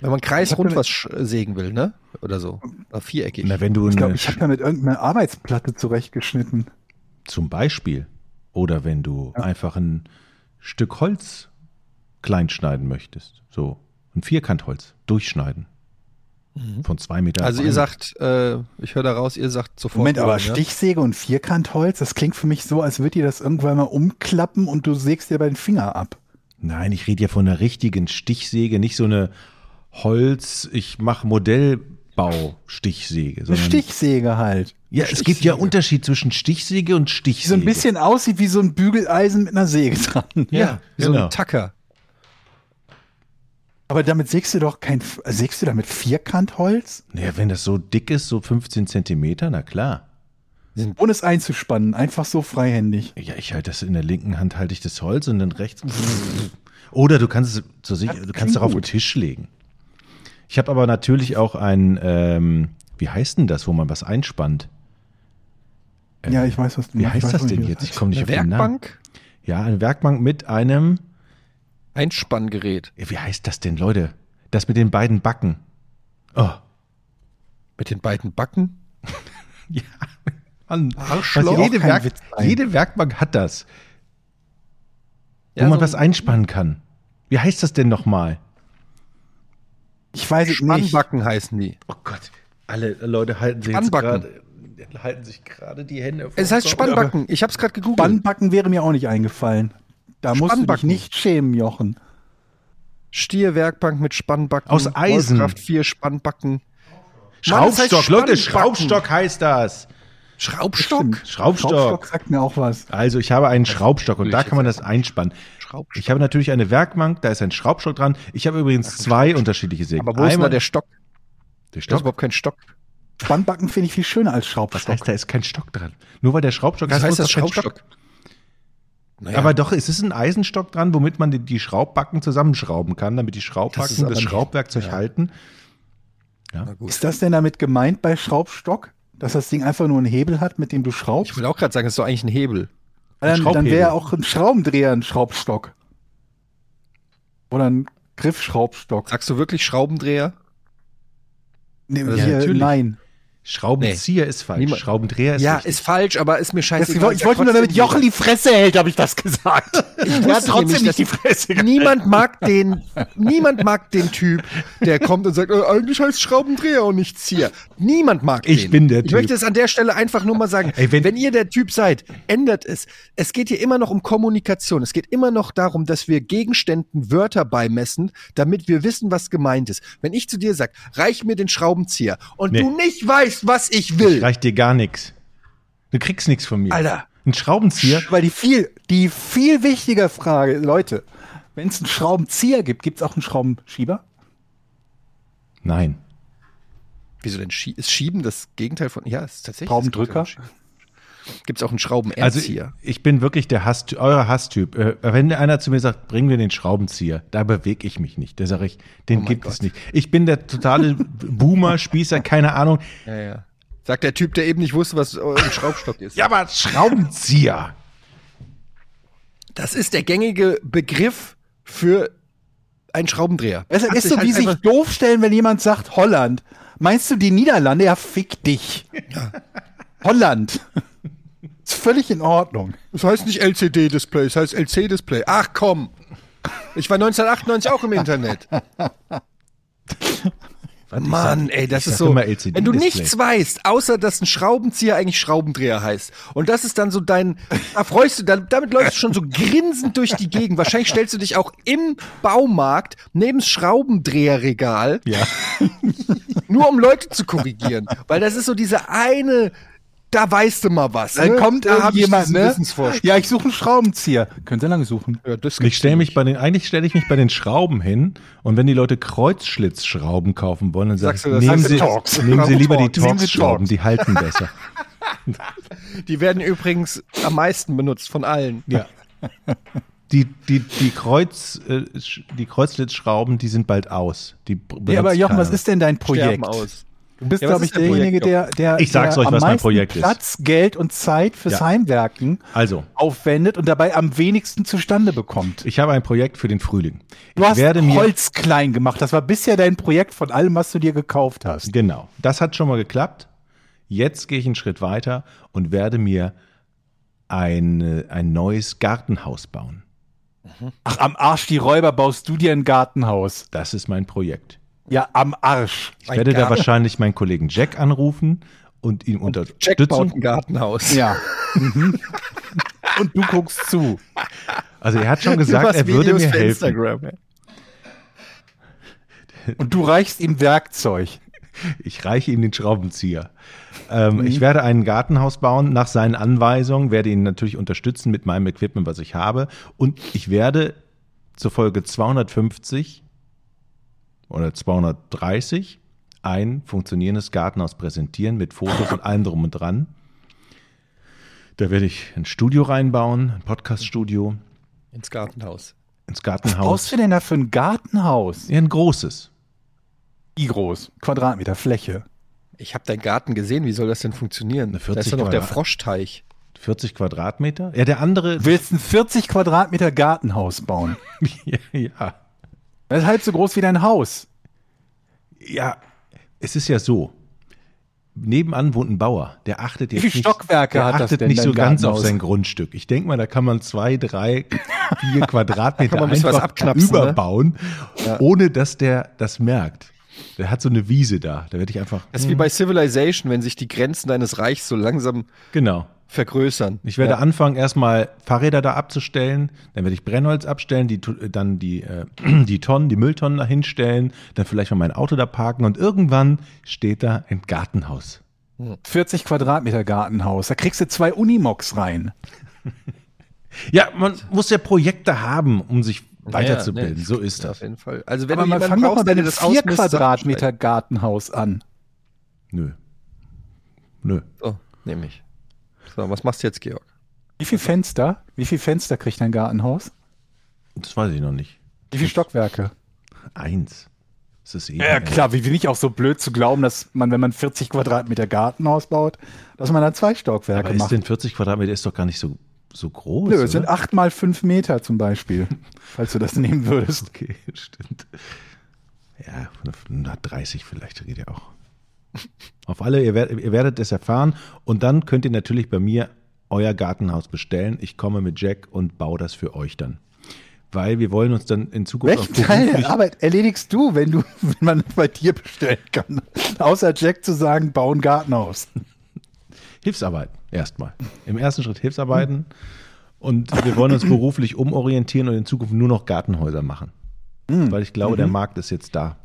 S2: Wenn man
S4: Ich
S2: kreisrund
S4: hab-
S2: was sch- sägen will, ne? Oder so. Oder viereckig.
S3: Na, wenn du
S4: Ich glaube,
S3: eine,
S4: ich habe damit irgendeine Arbeitsplatte zurechtgeschnitten.
S3: zum Beispiel oder wenn du einfach ein Stück Holz klein schneiden möchtest, so Ein Vierkantholz durchschneiden. Von zwei Meter.
S2: Also
S3: auf
S2: ihr
S3: einmal.
S2: sagt, äh, ich höre da raus, ihr sagt sofort. ne?
S4: Moment, aber
S2: Bogen, ja?
S4: Stichsäge und Vierkantholz, das klingt für mich so, als würdet ihr das irgendwann mal umklappen und du sägst dir bei den Finger ab.
S3: Nein, ich rede ja von einer richtigen Stichsäge, nicht so eine Holz, ich mache Modellbau-Stichsäge.
S4: Eine
S3: sondern-
S4: Stichsäge halt.
S3: Ja, es gibt ja Unterschied zwischen Stichsäge und Stichsäge.
S4: Die so ein bisschen aussieht wie so ein Bügeleisen mit einer Säge dran.
S3: Ja,
S2: Ja, wie so
S3: genau.
S2: ein Tacker.
S4: Aber damit sägst du doch kein. äh, Sägst du damit Vierkantholz?
S3: Naja, wenn das so dick ist, so 15 Zentimeter, na klar.
S4: Ohne es einzuspannen, einfach so freihändig.
S3: Ja, ich halte das in der linken Hand, halte ich das Holz und dann rechts. Oder du kannst es zur Sicher- du kannst
S4: klingt
S3: darauf den
S4: gut.
S3: Tisch legen. Ich habe aber natürlich auch ein, ähm, wie heißt denn das, wo man was einspannt? Ähm,
S4: ja, ich weiß, was du
S3: Äh, Wie
S4: meinst. Ich
S3: heißt das
S4: weiß, wo ich
S3: denn
S4: das
S3: jetzt? Ich
S4: heißt.
S3: komme nicht
S2: Eine
S3: auf den Namen.
S2: Werkbank,
S3: Ja, eine Werkbank mit einem,
S2: Einspanngerät
S3: wie heißt das denn, Leute? Das mit den beiden Backen. Oh,
S2: mit den beiden Backen.
S3: ja. Mann.
S2: Arschloch.
S3: jede,
S4: Auch kein
S3: Werk
S4: Witz sein.
S3: jede Werkbank hat das, wo
S2: Ja,
S3: man
S2: so
S3: was einspannen kann. Wie heißt das denn nochmal?
S4: Ich weiß es nicht.
S2: Spannbacken heißen die.
S3: Oh Gott, alle Leute halten sich
S2: jetzt
S3: halten sich gerade die Hände
S2: Es heißt Spannbacken. Ich habe es gerade gegoogelt.
S4: Spannbacken wäre mir auch nicht eingefallen. Da musst du dich
S2: Spannbacken.
S4: nicht schämen, Jochen.
S2: Stierwerkbank mit Spannbacken.
S3: Aus Eisen.
S2: Wolfkraft 4 Spannbacken.
S3: Schraubstock,
S2: Mann, das heißt
S3: Leute,
S2: Spannbacken.
S3: Schraubstock heißt das.
S2: Schraubstock?
S3: Schraubstock.
S4: sagt mir auch was.
S3: Also ich habe einen Schraubstock und
S2: will
S3: da
S2: ich
S3: kann man das einspannen.
S2: Schraubstock.
S3: Ich habe natürlich eine Werkbank, da ist ein Schraubstock dran. Ich habe übrigens zwei unterschiedliche Sägen.
S2: Aber wo ist denn da der Stock?
S3: der
S2: Da ist
S3: Stock?
S2: überhaupt kein Stock.
S4: Spannbacken finde ich viel schöner als
S3: Das
S4: Schraubstock.
S3: heißt, da ist kein Stock dran. Nur weil der Schraubstock heißt, muss doch kein
S2: Naja,
S3: Aber
S2: aber
S3: doch, es ist ein Eisenstock dran, womit man die, die Schraubbacken zusammenschrauben kann, damit die
S2: Das ist
S3: Schraubbacken
S2: aber
S3: das,
S2: nicht-
S3: Schraubwerkzeug halten.
S4: Ist das denn damit gemeint bei Schraubstock? Dass das Ding einfach nur einen Hebel hat, mit dem du
S2: ich
S4: schraubst?
S2: wollte auch gerade sagen, das ist doch eigentlich ein Hebel.
S4: Dann, dann
S3: Schraubhebel.
S4: wäre auch ein Schraubendreher ein Schraubstock. Oder ein Griffschraubstock.
S2: Sagst du wirklich Schraubendreher?
S4: Nee,
S3: Ja,
S4: hier,
S3: natürlich.
S4: nein.
S3: Schraubenzieher ist falsch,
S2: Niemand-
S3: Schraubendreher ist
S2: ja,
S3: richtig.
S2: ist falsch, aber ist mir
S4: Das,
S2: scheißegal.
S4: ich wollte- ich wollte nur, damit Jochen die Fresse hält, habe ich das gesagt.
S2: Ich
S4: Er
S2: wusste
S4: hat trotzdem
S2: nämlich,
S4: nicht die
S2: dass-
S4: Fresse gehalten.
S2: Niemand mag den, niemand mag den Typ, der kommt und sagt, äh, eigentlich heißt Schraubendreher und nicht Zier. Niemand mag
S3: Ich
S2: den.
S3: bin der
S2: Ich
S3: Typ.
S2: möchte es an der Stelle einfach nur mal sagen.
S3: Ey, wenn-
S2: wenn, ihr der Typ seid, ändert es. Es geht hier immer noch um Kommunikation. Es geht immer noch darum, dass wir Gegenständen Wörter beimessen, damit wir wissen, was gemeint ist. Wenn ich zu dir sag, reich mir den Schraubenzieher und
S3: Nee.
S2: du nicht weißt, was ich
S3: Ich
S2: will.
S3: reich dir gar nichts. Du kriegst nichts von mir.
S2: äh, Alter.
S3: Ein Schraubenzieher?
S4: Weil die viel, die viel wichtige Frage, Leute, wenn es einen Schraubenzieher gibt, gibt es auch einen Schraubenschieber?
S3: Nein.
S2: Wieso denn Schie ist Schieben das Gegenteil von, ja, ist tatsächlich.
S4: Schraubendrücker?
S2: Gibt es auch einen
S3: Also
S2: Schraubenzieher?
S3: ich, ich bin wirklich der Hass, euer Hasstyp. Äh, wenn einer zu mir sagt, bring mir den Schraubenzieher, da bewege ich mich nicht. Da sage ich,
S2: Oh
S3: den gibt es nicht. Ich bin der totale Boomer, Spießer, keine Ahnung.
S2: Ja, ja. Sagt der Typ, der eben nicht wusste, was äh, ein Schraubstock ist.
S3: Ja, aber Schraubenzieher.
S2: Das ist der gängige Begriff für einen Schraubendreher.
S4: Es
S2: Hat
S4: ist
S2: sich
S4: so,
S2: halt
S4: wie sich
S2: einfach-
S4: doof stellen, wenn jemand sagt Holland. Meinst du die Niederlande? Ja, fick dich. Holland. Ist völlig in Ordnung.
S2: Es heißt nicht LCD-Display, es heißt LC-Display. Ach komm! Ich war 1998 auch im Internet. Mann, ey, das
S3: ich
S2: ist
S3: sag
S2: so.
S3: immer LCD-Display.
S2: Wenn du nichts weißt, außer dass ein Schraubenzieher eigentlich Schraubendreher heißt, und das ist dann so dein, da freust du, da- damit läufst du schon so grinsend durch die Gegend. Wahrscheinlich stellst du dich auch im Baumarkt neben das Schraubendreherregal,
S3: Ja.
S2: nur um Leute zu korrigieren. Weil das ist so diese eine, da weißt du mal was.
S4: Dann
S2: ne?
S4: kommt
S2: da hab ich
S4: irgendjemand,
S2: diesen
S4: ne?
S2: Wissensvorsprung.
S4: Ja, ich suche einen Schraubenzieher. Könnt ihr lange suchen.
S2: Ja, das
S3: Ich stelle mich bei den, eigentlich stelle ich mich bei den Schrauben hin und wenn die Leute Kreuzschlitzschrauben kaufen wollen, dann sage ich,
S2: Sagst du das?
S3: nehmen
S2: Sagst du
S3: Sie,
S4: Torx.
S3: nehmen Sie lieber die
S4: Torx. Nehmen Sie
S3: Torx-Schrauben,
S4: Torx.
S3: die halten besser.
S2: Die werden übrigens am meisten benutzt von allen.
S3: Ja. Die, die, die, Kreuz, äh, sch- die Kreuzschlitzschrauben, die sind bald aus. Die b- benutzt
S4: Ja, aber Jochen,
S3: keiner.
S4: was ist denn dein
S2: Sterben
S4: Projekt?
S2: aus.
S4: Du bist,
S2: Ja, was
S4: glaube ich,
S2: ist dein Projekt,
S4: derjenige, der, der,
S3: Ich sag's
S4: der
S3: euch,
S4: am
S3: was mein
S4: meisten
S3: Projekt ist.
S4: Platz, Geld und Zeit fürs
S3: Ja.
S4: Heimwerken
S3: Also,
S4: aufwendet und dabei am wenigsten zustande bekommt.
S3: ich habe ein Projekt für den Frühling.
S4: Du
S3: ich
S4: hast
S3: werde mir,
S4: Holz klein gemacht. Das war bisher dein Projekt von allem, was du dir gekauft hast.
S3: Genau, das hat schon mal geklappt. Jetzt gehe ich einen Schritt weiter und werde mir ein, ein neues Gartenhaus bauen.
S4: Ach, am Arsch die Räuber baust du dir ein Gartenhaus.
S3: Das ist mein Projekt.
S4: Ja, am Arsch.
S3: Ich werde da wahrscheinlich meinen Kollegen Jack anrufen und ihn
S2: Jack baut ein
S3: unterstützen.
S2: Gartenhaus.
S4: Ja. Mhm. Und du guckst zu.
S3: Also er hat schon gesagt,
S2: Übers
S3: er würde
S2: Videos
S3: mir
S2: für
S3: helfen.
S2: Instagram. ey.
S4: Und du reichst ihm Werkzeug.
S3: Ich reiche ihm den Schraubenzieher. Ähm,
S2: Mhm.
S3: Ich werde ein Gartenhaus bauen nach seinen Anweisungen, werde ihn natürlich unterstützen mit meinem Equipment, was ich habe. Und ich werde zur Folge 250 oder 230 ein funktionierendes Gartenhaus präsentieren mit Fotos und allem drum und dran. Da werde ich ein Studio reinbauen, ein Podcast-Studio,
S2: Ins Gartenhaus.
S3: ins
S4: Brauchst
S3: Gartenhaus.
S4: du denn da für ein Gartenhaus?
S3: Ja, ein großes.
S4: Wie groß? Quadratmeter Fläche.
S2: Ich habe deinen Garten gesehen, wie soll das denn funktionieren?
S3: Eine
S2: Da
S3: 40
S2: ist doch noch der
S3: Quadrat.
S2: Froschteich.
S3: 40 Quadratmeter? Ja, der andere.
S4: Willst ein 40 Quadratmeter Gartenhaus bauen?
S3: ja, ja.
S4: Das ist halb so groß wie dein Haus.
S3: Ja, es ist ja so. Nebenan wohnt ein Bauer, der achtet jetzt
S4: viele
S3: nicht,
S4: Stockwerke
S3: der
S4: hat das
S3: achtet
S4: denn,
S3: nicht
S4: dein
S3: so ganz auf
S4: Gartenhaus?
S3: sein Grundstück. Ich denke mal, da kann man zwei, drei, vier Quadratmeter
S2: Kann man ein bisschen was
S3: einfach
S2: abknapsen, ne?
S3: überbauen, ohne dass der das merkt. Der hat so eine Wiese da. Da werde ich einfach.
S2: Das ist wie bei Civilization, wenn sich die Grenzen deines Reichs so langsam
S3: Genau.
S2: vergrößern.
S3: Ich werde anfangen, erstmal Fahrräder da abzustellen, dann werde ich Brennholz abstellen, die, tu- dann die, äh, die Tonnen, die Mülltonnen da hinstellen, dann vielleicht mal mein Auto da parken und irgendwann steht da ein Gartenhaus.
S4: 40 Quadratmeter Gartenhaus. Da kriegst du zwei Unimogs rein.
S3: Ja, man muss ja Projekte haben, um sich
S2: Ja,
S3: weiterzubilden.
S2: nee,
S3: so ist
S2: Auf
S3: das.
S2: jeden Fall. Also wenn
S4: Aber
S2: du
S4: man
S2: jemanden
S4: fang doch mal
S2: brauchst, der
S4: bei
S2: dir
S4: einem
S2: das
S4: 4
S2: ausmisst, sag
S4: Quadratmeter Gartenhaus an.
S3: Nö. Nö.
S2: Bescheid. So, nehme oh, ich. So, was machst du jetzt, Georg?
S4: Wie viel Fenster? Wie viel Fenster kriegt dein Gartenhaus?
S3: Das weiß ich noch nicht.
S4: Wie viele Stockwerke?
S3: Eins. Das ist eh.
S4: Ja, klar, wie bin ich auch so blöd zu glauben, dass man, wenn man 40 Quadratmeter Gartenhaus baut, dass man da zwei Stockwerke
S3: Aber ist
S4: macht.
S3: denn 40 Quadratmeter ist doch gar nicht so, so groß.
S4: Nö, es sind
S2: ne?
S3: oder?
S4: 8 mal 5 Meter zum Beispiel, falls du das nehmen würdest.
S3: Okay, stimmt. Ja, 130 vielleicht geht ja auch. Auf alle, ihr, werdet- ihr werdet es erfahren. Und dann könnt ihr natürlich bei mir euer Gartenhaus bestellen. Ich komme mit Jack und baue das für euch dann. Weil wir wollen uns dann in Zukunft
S4: Welchen Teil der Arbeit erledigst du, wenn du, wenn man bei dir bestellen kann? Außer Jack zu sagen, bau ein Gartenhaus.
S3: Hilfsarbeit erstmal. Im ersten Schritt Hilfsarbeiten. Und wir wollen uns beruflich umorientieren und in Zukunft nur noch Gartenhäuser machen.
S4: Hm.
S3: Weil ich glaube, der
S4: Mhm.
S3: Markt ist jetzt da.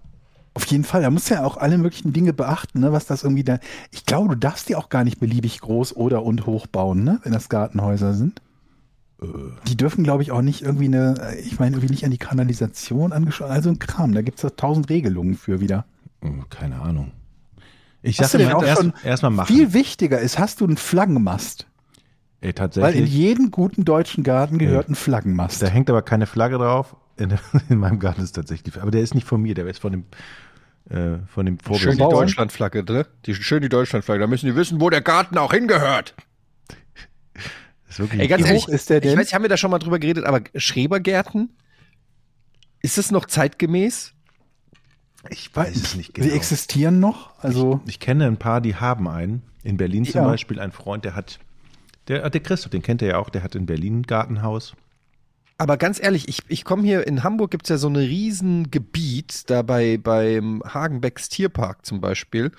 S4: Auf jeden Fall, da musst du ja auch alle möglichen Dinge beachten, ne, was das irgendwie da. Ich glaube, du darfst die auch gar nicht beliebig groß oder und hoch bauen, ne, wenn das Gartenhäuser sind.
S3: Äh.
S4: Die dürfen, glaube ich, auch nicht irgendwie eine, ich meine, irgendwie nicht an die Kanalisation angeschlossen, also ein Kram. Da gibt es tausend Regelungen für wieder.
S3: Hm, Keine Ahnung. Ich
S4: Hast
S3: sage
S4: du denn
S3: mal,
S4: auch
S3: erst,
S4: schon
S3: erstmal machen.
S4: Viel wichtiger ist, hast du einen Flaggenmast?
S3: Ey,
S4: Weil in
S3: tatsächlich.
S4: jeden guten deutschen Garten gehört ein Flaggenmast.
S3: Da hängt aber keine Flagge drauf. In, in meinem Garten ist tatsächlich. Aber der ist nicht von mir, der ist von dem, äh, von dem
S2: Schön die
S3: Vorbesitzer.
S2: Deutschlandflagge, ne? Die, schön die Deutschlandflagge. Da müssen die wissen, wo der Garten auch hingehört.
S3: Das ist wirklich
S2: Ey, ganz
S4: Wie
S2: ehrlich,
S4: hoch ist der denn?
S2: ich weiß, haben wir da schon mal drüber geredet, aber Schrebergärten, ist das noch zeitgemäß?
S3: ich weiß es nicht
S4: Sie
S3: genau.
S4: existieren noch? Also,
S3: Ich kenne ein paar, die haben einen. In Berlin zum
S4: Ja.
S3: Beispiel ein Freund, der hat, der, der Christoph, den kennt er ja auch, der hat in Berlin ein Gartenhaus.
S2: Aber ganz ehrlich, ich, ich komme hier, in Hamburg gibt es ja so ein riesen Gebiet, da bei, beim Hagenbecks Tierpark zum Beispiel,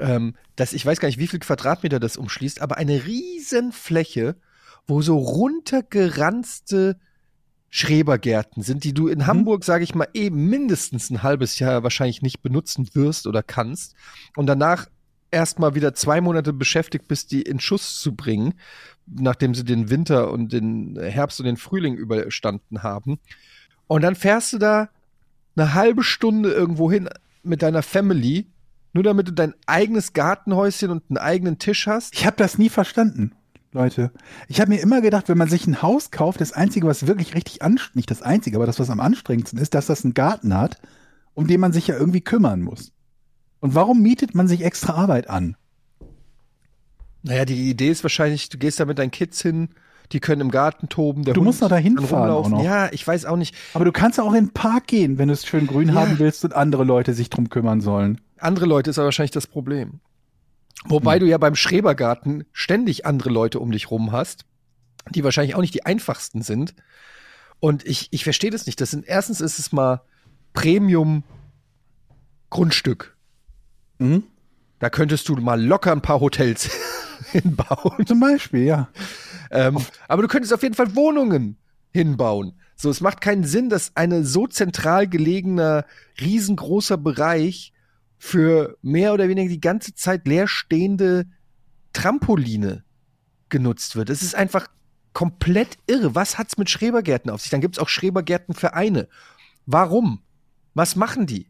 S2: ähm, das, ich weiß gar nicht, wie viel Quadratmeter das umschließt, aber eine riesen Fläche, wo so runtergeranzte Schrebergärten sind, die du in Hamburg, sage ich mal, eben mindestens ein halbes Jahr wahrscheinlich nicht benutzen wirst oder kannst und danach erstmal wieder zwei Monate beschäftigt bist, die in Schuss zu bringen, nachdem sie den Winter und den Herbst und den Frühling überstanden haben. Und dann fährst du da eine halbe Stunde irgendwo hin mit deiner Family, nur damit du dein eigenes Gartenhäuschen und einen eigenen Tisch hast.
S4: Ich habe das nie verstanden, Leute. Ich habe mir immer gedacht, wenn man sich ein Haus kauft, das Einzige, was wirklich richtig anstrengend, nicht das Einzige, aber das, was am anstrengendsten ist, dass das einen Garten hat, um den man sich ja irgendwie kümmern muss. Und warum mietet man sich extra Arbeit an?
S2: Naja, die Idee ist wahrscheinlich, du gehst da mit deinen Kids hin, die können im Garten toben. Der
S4: Du musst noch da
S2: kann
S4: hinfahren auch
S2: rumlaufen.
S4: noch.
S2: Ja, ich weiß auch nicht.
S4: Aber du kannst ja auch in den Park gehen, wenn du es schön grün
S2: Ja.
S4: haben willst und andere Leute sich drum kümmern sollen.
S2: Andere Leute ist aber wahrscheinlich das Problem. Wobei
S4: Hm.
S2: du ja beim Schrebergarten ständig andere Leute um dich rum hast, die wahrscheinlich auch nicht die einfachsten sind. Und ich, ich verstehe das nicht. Das sind, erstens ist es mal Premium-Grundstück. Mhm. Da könntest du mal locker ein paar Hotels hinbauen.
S4: Zum Beispiel, ja.
S2: Ähm, aber du könntest auf jeden Fall Wohnungen hinbauen. So, es macht keinen Sinn, dass eine so zentral gelegener, riesengroßer Bereich für mehr oder weniger die ganze Zeit leerstehende Trampoline genutzt wird. Es ist einfach komplett irre. Was hat's mit Schrebergärten auf sich? Dann gibt's auch Schrebergärtenvereine. Warum? Was machen die?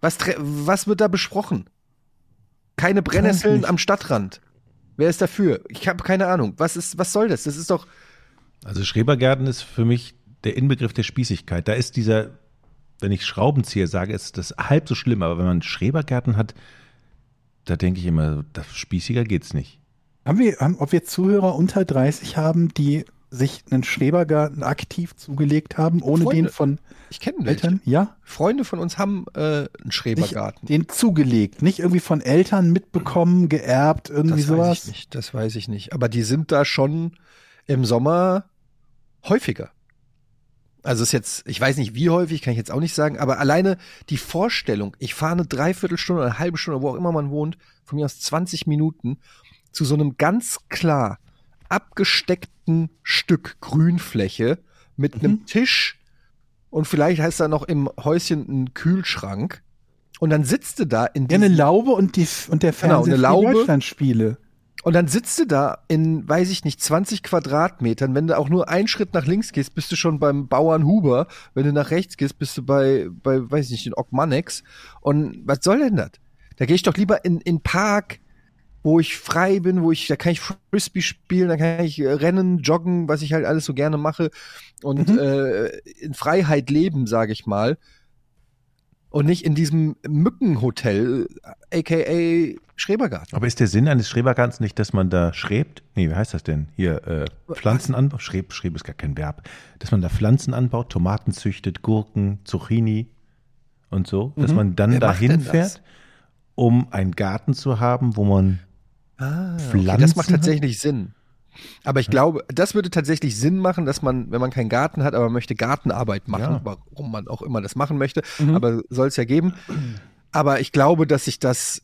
S2: Was, tre- was wird da besprochen? Keine Brennnesseln
S4: nicht.
S2: am Stadtrand. Wer ist dafür? Ich habe keine Ahnung. Was ist, was soll das? Das ist doch.
S3: Also Schrebergärten ist für mich der Inbegriff der Spießigkeit. Da ist dieser, wenn ich Schraubenzieher sage, ist das halb so schlimm. Aber wenn man Schrebergärten hat, da denke ich immer, das spießiger geht's nicht.
S4: Haben wir, haben, ob wir Zuhörer unter 30 haben, die sich einen Schrebergarten aktiv zugelegt haben, ohne
S2: Freunde.
S4: den von
S2: Ich kenne
S4: Eltern, ja,
S2: Freunde von uns haben äh, einen
S4: sich
S2: Schrebergarten.
S4: den zugelegt, nicht irgendwie von Eltern mitbekommen, geerbt, irgendwie
S2: das
S4: sowas.
S2: weiß ich nicht. Das weiß ich nicht. Aber die sind da schon im Sommer häufiger. Also ist jetzt, ich weiß nicht wie häufig, kann ich jetzt auch nicht sagen, aber alleine die Vorstellung, ich fahre eine Dreiviertelstunde oder eine halbe Stunde, wo auch immer man wohnt, von mir aus 20 Minuten, zu so einem ganz klar abgesteckten Stück Grünfläche mit
S4: Mhm.
S2: einem Tisch und vielleicht heißt da noch im Häuschen ein Kühlschrank. Und dann sitzt du da in
S4: Ja,
S2: diesem
S4: eine Laube und, die, und der
S2: Genau,
S4: Fernseher
S2: eine
S4: für die
S2: Laube.
S4: Deutschlandspiele.
S2: Und dann sitzt du da in, weiß ich nicht, 20 Quadratmetern. Wenn du auch nur einen Schritt nach links gehst, bist du schon beim Bauern Huber. Wenn du nach rechts gehst, bist du bei, bei weiß ich nicht, den Ogmanex. Und was soll denn das? Da gehe ich doch lieber in in Park, wo ich frei bin, wo ich, da kann ich Frisbee spielen, da kann ich äh, rennen, joggen, was ich halt alles so gerne mache. Und äh, in Freiheit leben, sage ich mal. Und nicht in diesem Mückenhotel, äh, aka Schrebergarten.
S3: Aber ist der Sinn eines Schrebergartens nicht, dass man da schrebt? Nee, wie heißt das denn? Hier, äh, Pflanzen anbaut. Schreb, Schreb ist gar kein Verb. Dass man da Pflanzen anbaut, Tomaten züchtet, Gurken, Zucchini und so. Dass man dann
S2: Wer macht
S3: dahin
S2: denn das?
S3: fährt, um einen Garten zu haben, wo man
S2: Ah, Okay,
S3: Pflanzen
S2: das macht
S3: hat?
S2: tatsächlich Sinn. Aber ich glaube, das würde tatsächlich Sinn machen, dass man, wenn man keinen Garten hat, aber man möchte Gartenarbeit machen,
S3: Ja.
S2: warum man auch immer das machen möchte, aber soll es ja geben. Aber ich glaube, dass sich das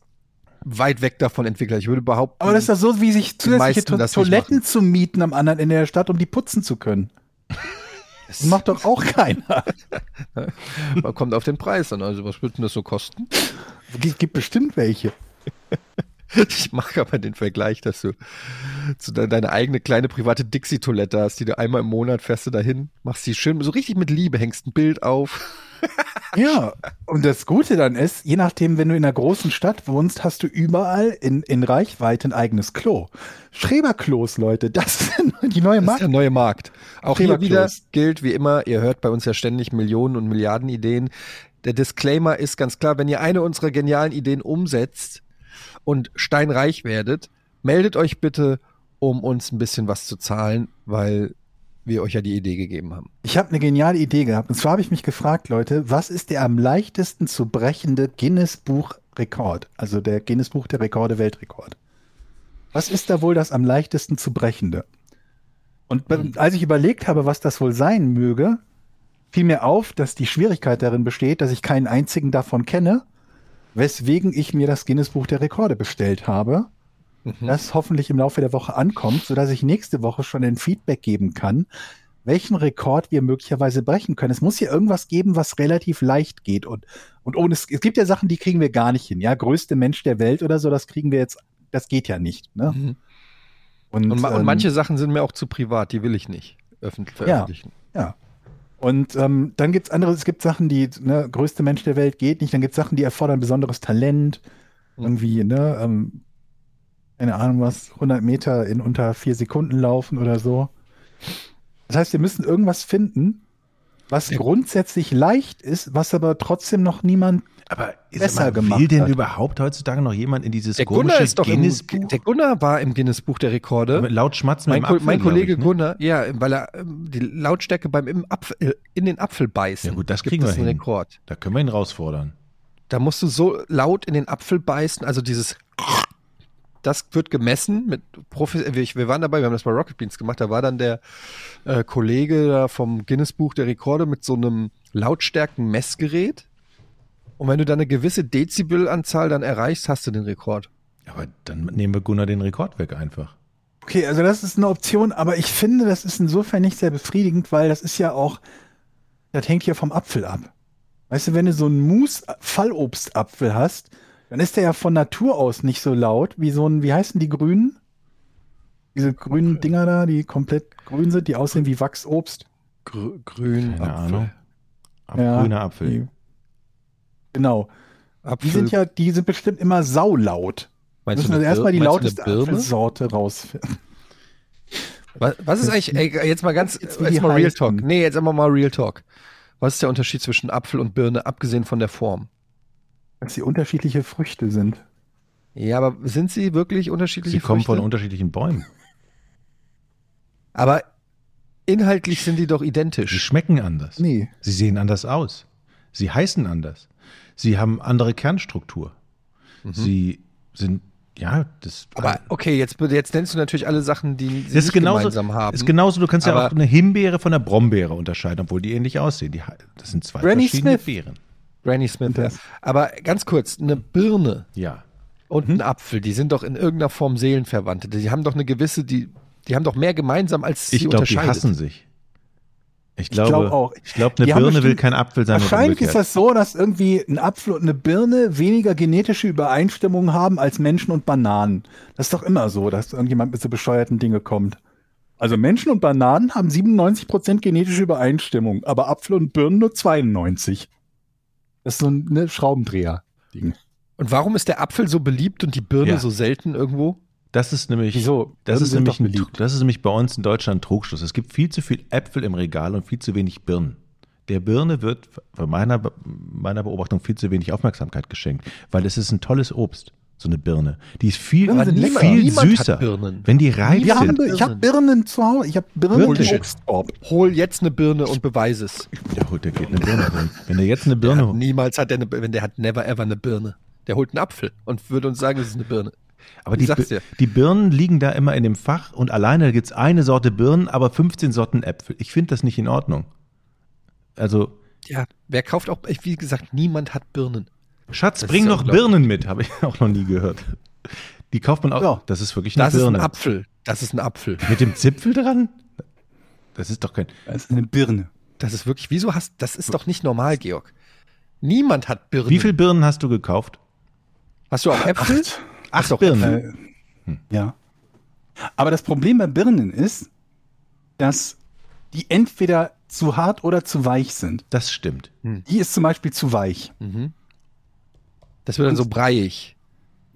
S2: weit weg davon entwickelt. hat. Ich würde behaupten,
S4: Aber das ist doch so, wie sich zusätzliche
S2: meisten
S4: to
S2: das nicht
S4: Toiletten zu mieten am anderen Ende der Stadt, um die putzen zu können. Das macht doch auch keiner.
S2: man kommt auf den Preis an. Also was würde denn das so kosten?
S4: Gibt gibt bestimmt welche.
S2: Ich mag aber den Vergleich, dass du zu de deine eigene kleine private Dixie-Toilette hast, die du einmal im Monat fährst du dahin, machst die schön, so richtig mit Liebe, hängst ein Bild auf.
S4: Ja, und das Gute dann ist, je nachdem, wenn du in einer großen Stadt wohnst, hast du überall in, in Reichweite ein eigenes Klo. Schreberklos, Leute, das sind die neue
S2: Das ist der
S4: Marke.
S2: neue Markt. Auch hier
S4: Schreberklos.
S2: wieder gilt wie immer, ihr hört bei uns ja ständig Millionen und Milliarden Ideen. Der Disclaimer ist ganz klar, wenn ihr eine unserer genialen Ideen umsetzt und steinreich werdet, meldet euch bitte, um uns ein bisschen was zu zahlen, weil wir euch ja die Idee gegeben haben.
S4: Ich habe eine geniale Idee gehabt. Und zwar habe ich mich gefragt, Leute, was ist der am leichtesten zu brechende Guinness-Buch-Rekord? Also der Guinness-Buch der Rekorde, Weltrekord. Was ist da wohl das am leichtesten zu brechende? Und be- als ich überlegt habe, was das wohl sein möge, fiel mir auf, dass die Schwierigkeit darin besteht, dass ich keinen einzigen davon kenne, weswegen ich mir das Guinness-Buch der Rekorde bestellt habe,
S2: Mhm.
S4: das hoffentlich im Laufe der Woche ankommt, sodass ich nächste Woche schon ein Feedback geben kann, welchen Rekord wir möglicherweise brechen können. Es muss hier irgendwas geben, was relativ leicht geht und, und ohne, es, es gibt ja Sachen, die kriegen wir gar nicht hin. Ja, größte Mensch der Welt oder so, das kriegen wir jetzt, das geht ja nicht. Ne?
S2: Mhm. Und, ma und
S4: ähm,
S2: manche Sachen sind mir auch zu privat, die will ich nicht öffentlich veröffentlichen.
S4: Ja. Und ähm, dann gibt's andere, es gibt Sachen, die, ne, größte Mensch der Welt geht nicht, dann gibt's Sachen, die erfordern besonderes Talent. Irgendwie, ne, ähm, keine Ahnung was, 100 Meter in unter vier Sekunden laufen oder so. Das heißt, wir müssen irgendwas finden, was grundsätzlich leicht ist, was aber trotzdem noch niemand.
S3: Aber ist
S4: Besser
S3: mal, will
S4: gemacht
S3: denn
S4: hat.
S3: überhaupt heutzutage noch jemand in dieses
S2: Der Gunnar
S3: komische
S2: ist doch im,
S3: Guinness-Buch?
S2: der Gunnar war im Guinness-Buch der Rekorde.
S3: Laut Schmatzen
S2: Mein,
S3: mit
S2: Ko
S3: dem Apfel,
S2: mein
S3: glaub
S2: Kollege
S3: ich, ne?
S2: Gunnar, ja, weil er ähm, die Lautstärke beim im Apfel, äh, in den Apfel beißen.
S3: Ja gut, das
S2: gibt
S3: kriegen
S2: es
S3: wir
S2: einen
S3: hin.
S2: Rekord.
S3: Da können wir ihn herausfordern.
S2: Da musst du so laut in den Apfel beißen, also dieses das wird gemessen mit Profi wir, wir waren dabei, wir haben das bei Rocket Beans gemacht, da war dann der äh, Kollege da vom Guinness Buch der Rekorde mit so einem Lautstärken-Messgerät. Und wenn du dann eine gewisse Dezibelanzahl dann erreichst, hast du den Rekord.
S3: Aber dann nehmen wir Gunnar den Rekord weg einfach.
S4: Okay, also das ist eine Option, aber ich finde, das ist insofern nicht sehr befriedigend, weil das ist ja auch, das hängt ja vom Apfel ab. Weißt du, wenn du so einen Mousse-Fallobstapfel hast, dann ist der ja von Natur aus nicht so laut wie so ein, wie heißen die Grünen? Diese grünen Dinger da, die komplett grün sind, die aussehen wie Wachsobst.
S2: Gr grün,
S3: Keine
S2: Apfel.
S3: Ahnung. Ab,
S4: Ja.
S3: grüner Apfel.
S4: Genau. Die
S2: Apfel.
S4: sind ja, die sind bestimmt immer saulaut. Wir
S2: Meinst
S4: müssen
S2: du
S4: also
S2: eine
S4: erstmal die
S2: Bir- meinst du
S4: lauteste
S2: eine Birne?
S4: Apfelsorte rausfinden.
S2: Was, was ist eigentlich, ey, jetzt mal ganz, äh,
S4: Jetzt,
S2: jetzt,
S4: wie die
S2: mal Real
S4: heißen.
S2: Talk. Nee, jetzt einfach mal Real Talk. Was ist der Unterschied zwischen Apfel und Birne, abgesehen von der Form?
S4: Dass sie unterschiedliche Früchte sind.
S2: Ja, aber sind sie wirklich unterschiedliche
S3: Sie kommen
S2: Früchte?
S3: von unterschiedlichen Bäumen.
S2: Aber inhaltlich sind die doch
S3: Sie
S2: identisch.
S3: schmecken anders.
S4: Nee.
S3: Sie sehen anders aus. Sie heißen anders. Sie haben andere Kernstruktur.
S4: Mhm.
S3: Sie sind, ja, das,
S2: Aber okay, jetzt, jetzt nennst du natürlich alle Sachen, die sie
S3: das ist
S2: nicht
S3: genauso,
S2: gemeinsam haben.
S3: ist genauso, du kannst ja
S2: Aber-
S3: auch eine Himbeere von einer Brombeere unterscheiden, obwohl die ähnlich aussehen. Die, ha- das sind zwei
S4: Granny
S3: verschiedene
S4: Smith.
S3: Beeren.
S2: Granny Smith. Ja. Aber ganz kurz, eine Birne
S3: Ja.
S2: und
S3: Mhm.
S2: ein Apfel, die sind doch in irgendeiner Form Seelenverwandte. Die haben doch eine gewisse, die, die haben doch mehr gemeinsam, als sie
S3: Ich glaube, die
S2: unterscheidet.
S3: hassen sich. Ich glaube, ich
S4: glaub
S3: glaube
S4: auch.
S3: Ich glaube, eine
S4: Die haben
S3: Birne will
S4: bestimmt-
S3: kein Apfel sein. und
S4: Wahrscheinlich ist
S3: umgekehrt.
S4: das so, dass irgendwie ein Apfel und eine Birne weniger genetische Übereinstimmung haben als Menschen und Bananen. Das ist doch immer so, dass irgendjemand mit so bescheuerten Dinge kommt. Also Menschen und Bananen haben 97% genetische Übereinstimmung, aber Apfel und Birnen nur 92. Das ist so ein ne, Schraubendreher-Ding.
S2: Und warum ist der Apfel so beliebt und die Birne
S3: Ja.
S2: so selten irgendwo?
S3: Das ist nämlich,
S4: Wieso?
S3: Das
S4: Birnen
S3: ist,
S4: sind
S3: nämlich
S4: doch
S3: ein,
S4: beliebt.
S3: das ist nämlich bei uns in Deutschland ein Trugschluss. Es gibt viel zu viel Äpfel im Regal und viel zu wenig Birnen. Der Birne wird von meiner, Be- meiner Beobachtung viel zu wenig Aufmerksamkeit geschenkt, weil es ist ein tolles Obst, so eine Birne. Die ist viel,
S4: Birnen sind
S3: viel
S4: lecker.
S2: Niemand hat
S3: süßer,
S2: Birnen.
S3: wenn die reif
S4: Wir haben,
S3: sind.
S4: ich habe Birnen zu Hause, ich habe Birnen
S3: Wirklich?
S4: im Obstkorb.
S2: Hol jetzt eine Birne und beweise es.
S3: Der holt, der geht eine Birne holen. Wenn der jetzt eine Birne holt.
S2: Niemals hat er eine, wenn der hat never ever eine Birne. Der holt einen Apfel und würde uns sagen, es ist eine Birne.
S3: Aber
S2: Ich
S3: die,
S2: sag's
S3: Bir-
S2: dir.
S3: die Birnen liegen da immer in dem Fach und alleine gibt's eine Sorte Birnen, aber 15 Sorten Äpfel. Ich finde das nicht in Ordnung. Also,
S2: Ja, wer kauft auch, ich- wie gesagt, niemand hat Birnen.
S3: Schatz,
S2: Das
S3: bring
S2: ist
S3: noch
S2: unglaublich.
S3: Birnen mit, habe ich auch noch nie gehört. Die kauft man auch.
S4: Ja.
S3: Das ist wirklich eine
S2: Das ist ein
S3: Birne.
S2: Apfel. Das ist ein Apfel.
S3: Mit dem Zipfel dran? Das ist doch kein.
S4: Das ist eine Birne.
S2: Das ist wirklich, wieso hast, das ist doch nicht normal, Georg. Niemand hat Birnen.
S3: Wie viel Birnen hast du gekauft?
S2: Hast du auch Äpfel?
S3: Acht Birnen.
S4: Äh, Ja. Aber das Problem bei Birnen ist, dass die entweder zu hart oder zu weich sind.
S3: Das stimmt.
S4: Die ist zum Beispiel zu weich.
S2: Mhm. Das wird dann so breiig.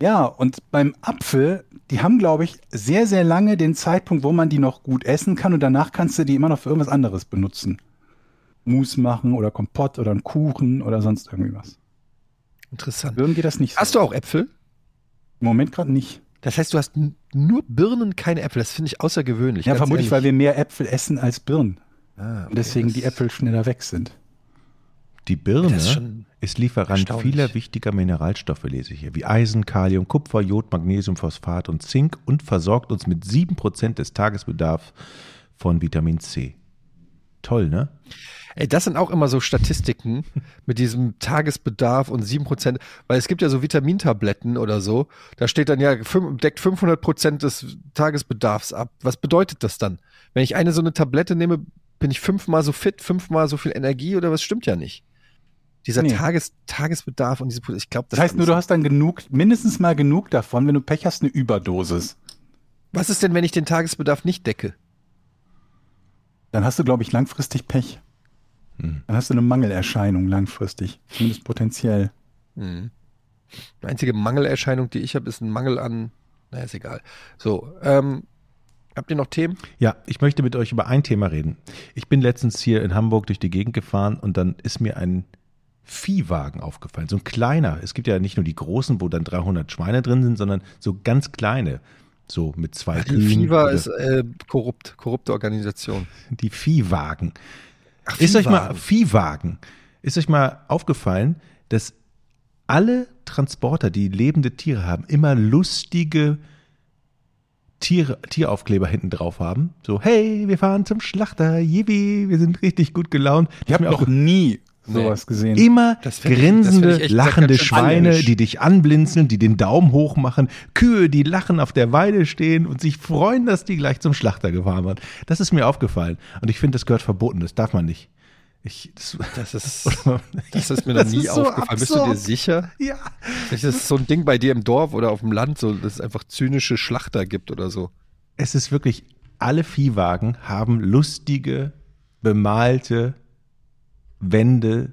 S4: Ja, und beim Apfel, die haben, glaube ich, sehr, sehr lange den Zeitpunkt, wo man die noch gut essen kann und danach kannst du die immer noch für irgendwas anderes benutzen. Mousse machen oder Kompott oder einen Kuchen oder sonst irgendwie was.
S2: Interessant.
S4: Birnen geht das nicht so.
S2: Hast du auch Äpfel?
S4: Im Moment gerade nicht.
S2: Das heißt, du hast n- nur Birnen, keine Äpfel. Das finde ich außergewöhnlich.
S4: Ja,
S2: ganz
S4: vermutlich, weil
S2: ehrlich.
S4: wir mehr Äpfel essen als Birnen.
S2: Ah, okay.
S4: Und deswegen
S2: Das-
S4: die Äpfel schneller weg sind.
S3: Die Birne
S2: Das ist
S3: ist,
S2: schon
S3: Lieferant
S2: erstaunlich.
S3: vieler wichtiger Mineralstoffe, lese ich hier, wie Eisen, Kalium, Kupfer, Jod, Magnesium, Phosphat und Zink und versorgt uns mit 7% des Tagesbedarfs von Vitamin C. Toll, ne?
S2: Ey, das sind auch immer so Statistiken mit diesem Tagesbedarf und 7%, weil es gibt ja so Vitamintabletten oder so, da steht dann ja, fün- deckt 500% des Tagesbedarfs ab. Was bedeutet das dann? Wenn ich eine so eine Tablette nehme, bin ich fünfmal so fit, fünfmal so viel Energie oder was stimmt ja nicht? Dieser
S4: Nee.
S2: Tages, Tagesbedarf und diese, Pro- ich glaube,
S4: Das heißt nur, du hast dann genug, mindestens mal genug davon, wenn du Pech hast, eine Überdosis.
S2: Was ist denn, wenn ich den Tagesbedarf nicht decke?
S4: Dann hast du, glaube ich, langfristig Pech.
S3: Hm.
S4: Dann hast du eine Mangelerscheinung langfristig, zumindest potenziell.
S2: Mhm. Die einzige Mangelerscheinung, die ich habe, ist ein Mangel an, naja, ist egal. So, ähm, habt ihr noch Themen?
S3: Ja, ich möchte mit euch über ein Thema reden. Ich bin letztens hier in Hamburg durch die Gegend gefahren und dann ist mir ein Viehwagen aufgefallen. So ein kleiner. Es gibt ja nicht nur die großen, wo dann 300 Schweine drin sind, sondern so ganz kleine. So mit zwei
S2: Die FIVA
S3: oder-
S2: ist äh, korrupt, korrupte Organisation.
S3: Die Viehwagen.
S2: Ach,
S3: Ist euch mal
S2: Viehwagen.
S3: Viehwagen? Ist euch mal aufgefallen, dass alle Transporter, die lebende Tiere haben, immer lustige Tiere, Tieraufkleber hinten drauf haben. So, hey, wir fahren zum Schlachter, yippie, wir sind richtig gut gelaunt.
S4: Ich habe
S3: mir auch
S4: noch nie sowas gesehen.
S3: Immer
S2: Das find ich- das
S3: grinsende,
S2: find ich echt
S3: lachende
S2: ganz schön
S3: Schweine,
S2: panisch.
S3: die dich anblinzeln, die den Daumen hoch machen, Kühe, die lachen auf der Weide stehen und sich freuen, dass die gleich zum Schlachter gefahren wird. Das ist mir aufgefallen. Und ich finde, das gehört verboten, das darf man nicht. Ich, das,
S2: Das ist, das ist mir noch
S3: Das
S2: nie
S3: ist so
S2: aufgefallen. Bist du dir
S3: absurd.
S2: sicher?
S3: ja.
S2: Das ist so ein Ding bei dir im Dorf oder auf dem Land, so, dass es einfach zynische Schlachter gibt oder so. ne?
S3: Es ist wirklich, alle Viehwagen haben lustige, bemalte Wände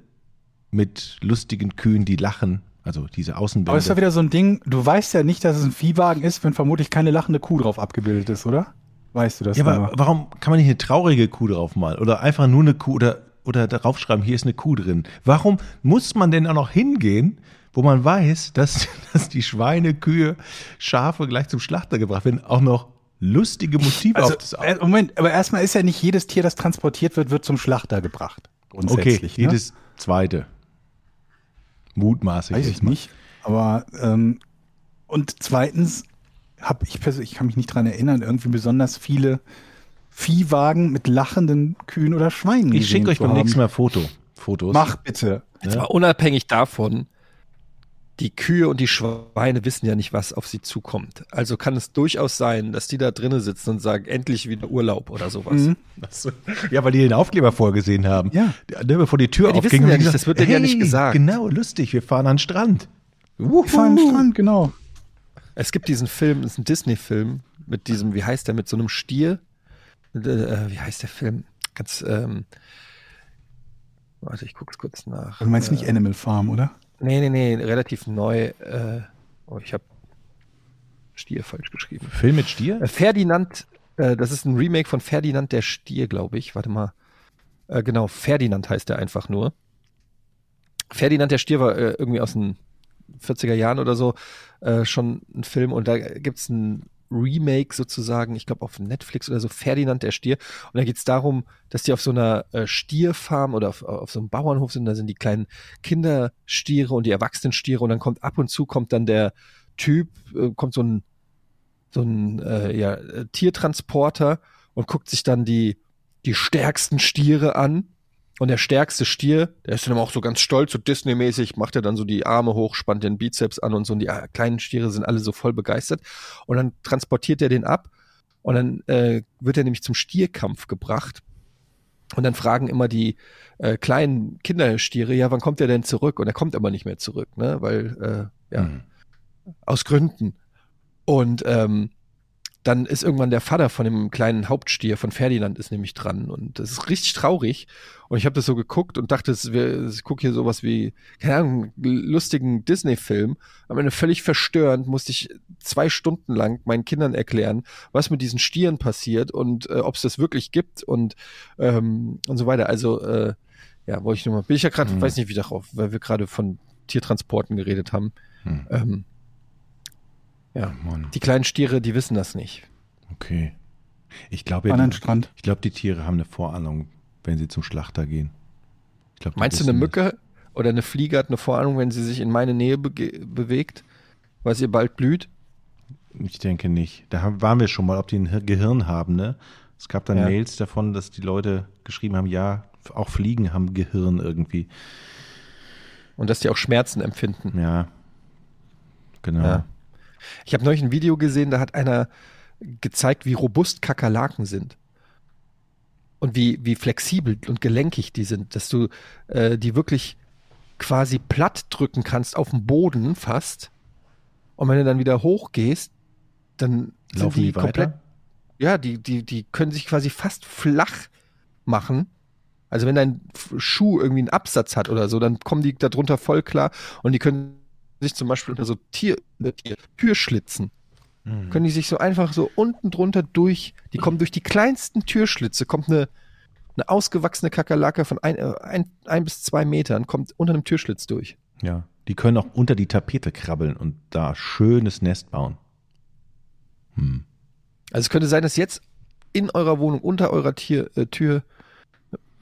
S3: mit lustigen Kühen, die lachen. Also diese Außenwände.
S4: Aber es ist doch wieder so ein Ding, du weißt ja nicht, dass es ein Viehwagen ist, wenn vermutlich keine lachende Kuh drauf abgebildet ist, oder? Weißt du das? genau?
S3: Ja, aber
S4: immer?
S3: warum kann man nicht eine traurige Kuh draufmalen? Oder einfach nur eine Kuh oder, oder darauf schreiben, hier ist eine Kuh drin. Warum muss man denn auch noch hingehen, wo man weiß, dass, dass die Schweine, Kühe, Schafe gleich zum Schlachter gebracht werden, auch noch lustige Motive
S4: also,
S3: auf das
S4: äh, Moment, aber erstmal ist ja nicht jedes Tier, das transportiert wird, wird zum Schlachter gebracht.
S3: Okay,
S4: Grundsätzlich. ne?
S3: jedes zweite. Mutmaßlich.
S4: Weiß
S3: jetzt
S4: ich
S3: mal.
S4: nicht. Aber ähm, und zweitens habe ich persönlich, ich kann mich nicht dran erinnern, irgendwie besonders viele Viehwagen mit lachenden Kühen oder Schweinen.
S3: Ich schicke
S4: gesehen
S3: euch
S4: zu
S3: beim
S4: haben.
S3: nächsten Mal Foto, Fotos.
S4: Mach bitte.
S2: Jetzt mal unabhängig davon, die Kühe und die Schweine wissen ja nicht, was auf sie zukommt. Also kann es durchaus sein, dass die da drinnen sitzen und sagen, endlich wieder Urlaub oder sowas.
S4: Mhm.
S3: Ach so. Ja, weil die den Aufkleber vorgesehen haben.
S4: Ja.
S3: Ne, Bevor die Tür
S2: Ja, die
S3: aufging.
S2: wissen ja
S3: haben die
S2: nicht, das wird denen ja nicht gesagt.
S3: Genau, lustig, wir fahren an den Strand.
S4: Wir fahren am Strand, genau.
S2: Es gibt diesen Film, es ist ein Disney-Film mit diesem, wie heißt der, mit so einem Stier. Äh, äh, wie heißt der Film? Ganz, ähm, warte, ich gucke es kurz nach. Äh,
S4: Du Also meinst nicht Animal Farm, oder?
S2: Nee, nee, nee, relativ neu. Äh, oh, ich habe Stier falsch geschrieben.
S3: Film mit Stier?
S2: Äh, Ferdinand, äh, das ist ein Remake von Ferdinand der Stier, glaube ich. Warte mal. Äh, genau, Ferdinand heißt der einfach nur. Ferdinand der Stier war äh, irgendwie aus den 40er Jahren oder so äh, schon ein Film und da gibt es ein Remake sozusagen, ich glaube auf Netflix oder so, Ferdinand der Stier. Und da geht es darum, dass die auf so einer äh, Stierfarm oder auf, auf so einem Bauernhof sind, da sind die kleinen Kinderstiere und die Erwachsenenstiere und dann kommt ab und zu kommt dann der Typ, äh, kommt so ein so ein äh, ja, äh, Tiertransporter und guckt sich dann die, die stärksten Stiere an. Und der stärkste Stier, der ist dann auch so ganz stolz, so Disney-mäßig, macht er dann so die Arme hoch, spannt den Bizeps an und so. Und die äh, kleinen Stiere sind alle so voll begeistert. Und dann transportiert er den ab. Und dann äh, wird er nämlich zum Stierkampf gebracht. Und dann fragen immer die äh, kleinen Kinderstiere, ja, wann kommt er denn zurück? Und er kommt aber nicht mehr zurück, ne? Weil, äh, ja,
S3: Mhm.
S2: aus Gründen. Und ähm, dann ist irgendwann der Vater von dem kleinen Hauptstier von Ferdinand ist nämlich dran und das ist richtig traurig. Und ich habe das so geguckt und dachte, es wär- ich gucke hier sowas wie, keine Ahnung, einen lustigen Disney-Film. Am Ende völlig verstörend musste ich zwei Stunden lang meinen Kindern erklären, was mit diesen Stieren passiert und äh, ob es das wirklich gibt und, ähm, und so weiter. Also, äh, ja, wollte ich nur mal, bin ich ja gerade,
S3: Hm.
S2: weiß nicht wieder drauf, weil wir gerade von Tiertransporten geredet haben.
S3: Hm.
S2: Ähm, ja,
S3: Mann,
S2: die kleinen Stiere, die wissen das nicht.
S3: okay. Ich glaube,
S4: Fahren
S3: ja,
S4: an den
S3: die,
S4: Strand.
S3: ich glaube, die Tiere haben eine Vorahnung, wenn sie zum Schlachter gehen. Ich glaube, die
S2: Meinst du, eine
S3: wissen
S2: Mücke oder eine Fliege hat eine Vorahnung, wenn sie sich in meine Nähe bege- bewegt, weil es ihr bald blüht?
S3: das. Ich denke nicht. Da haben, waren wir schon mal, ob die ein Hir- Gehirn haben, ne? Es gab dann
S2: Ja.
S3: Mails davon, dass die Leute geschrieben haben, ja, auch Fliegen haben Gehirn irgendwie.
S2: Und dass die auch Schmerzen empfinden.
S3: Ja. Genau.
S2: Ja. Ich habe neulich ein Video gesehen, da hat einer gezeigt, wie robust Kakerlaken sind. Und wie, wie flexibel und gelenkig die sind, dass du äh, die wirklich quasi platt drücken kannst auf dem Boden fast. Und wenn du dann wieder hochgehst, dann sind
S3: Laufen
S2: die,
S3: die
S2: komplett
S3: weiter?
S2: ja, die, die, die können sich quasi fast flach machen. Also wenn dein F- Schuh irgendwie einen Absatz hat oder so, dann kommen die darunter voll klar und die können sich zum Beispiel unter so Tier, äh, Tier, Türschlitzen,
S3: Mhm.
S2: können die sich so einfach so unten drunter durch, die kommen durch die kleinsten Türschlitze, kommt eine, eine ausgewachsene Kakerlake von ein, äh, ein, ein bis zwei Metern, kommt unter einem Türschlitz durch.
S3: Ja, die können auch unter die Tapete krabbeln und da schönes Nest bauen. Hm.
S2: Also es könnte sein, dass jetzt in eurer Wohnung, unter eurer Tier, äh, Tür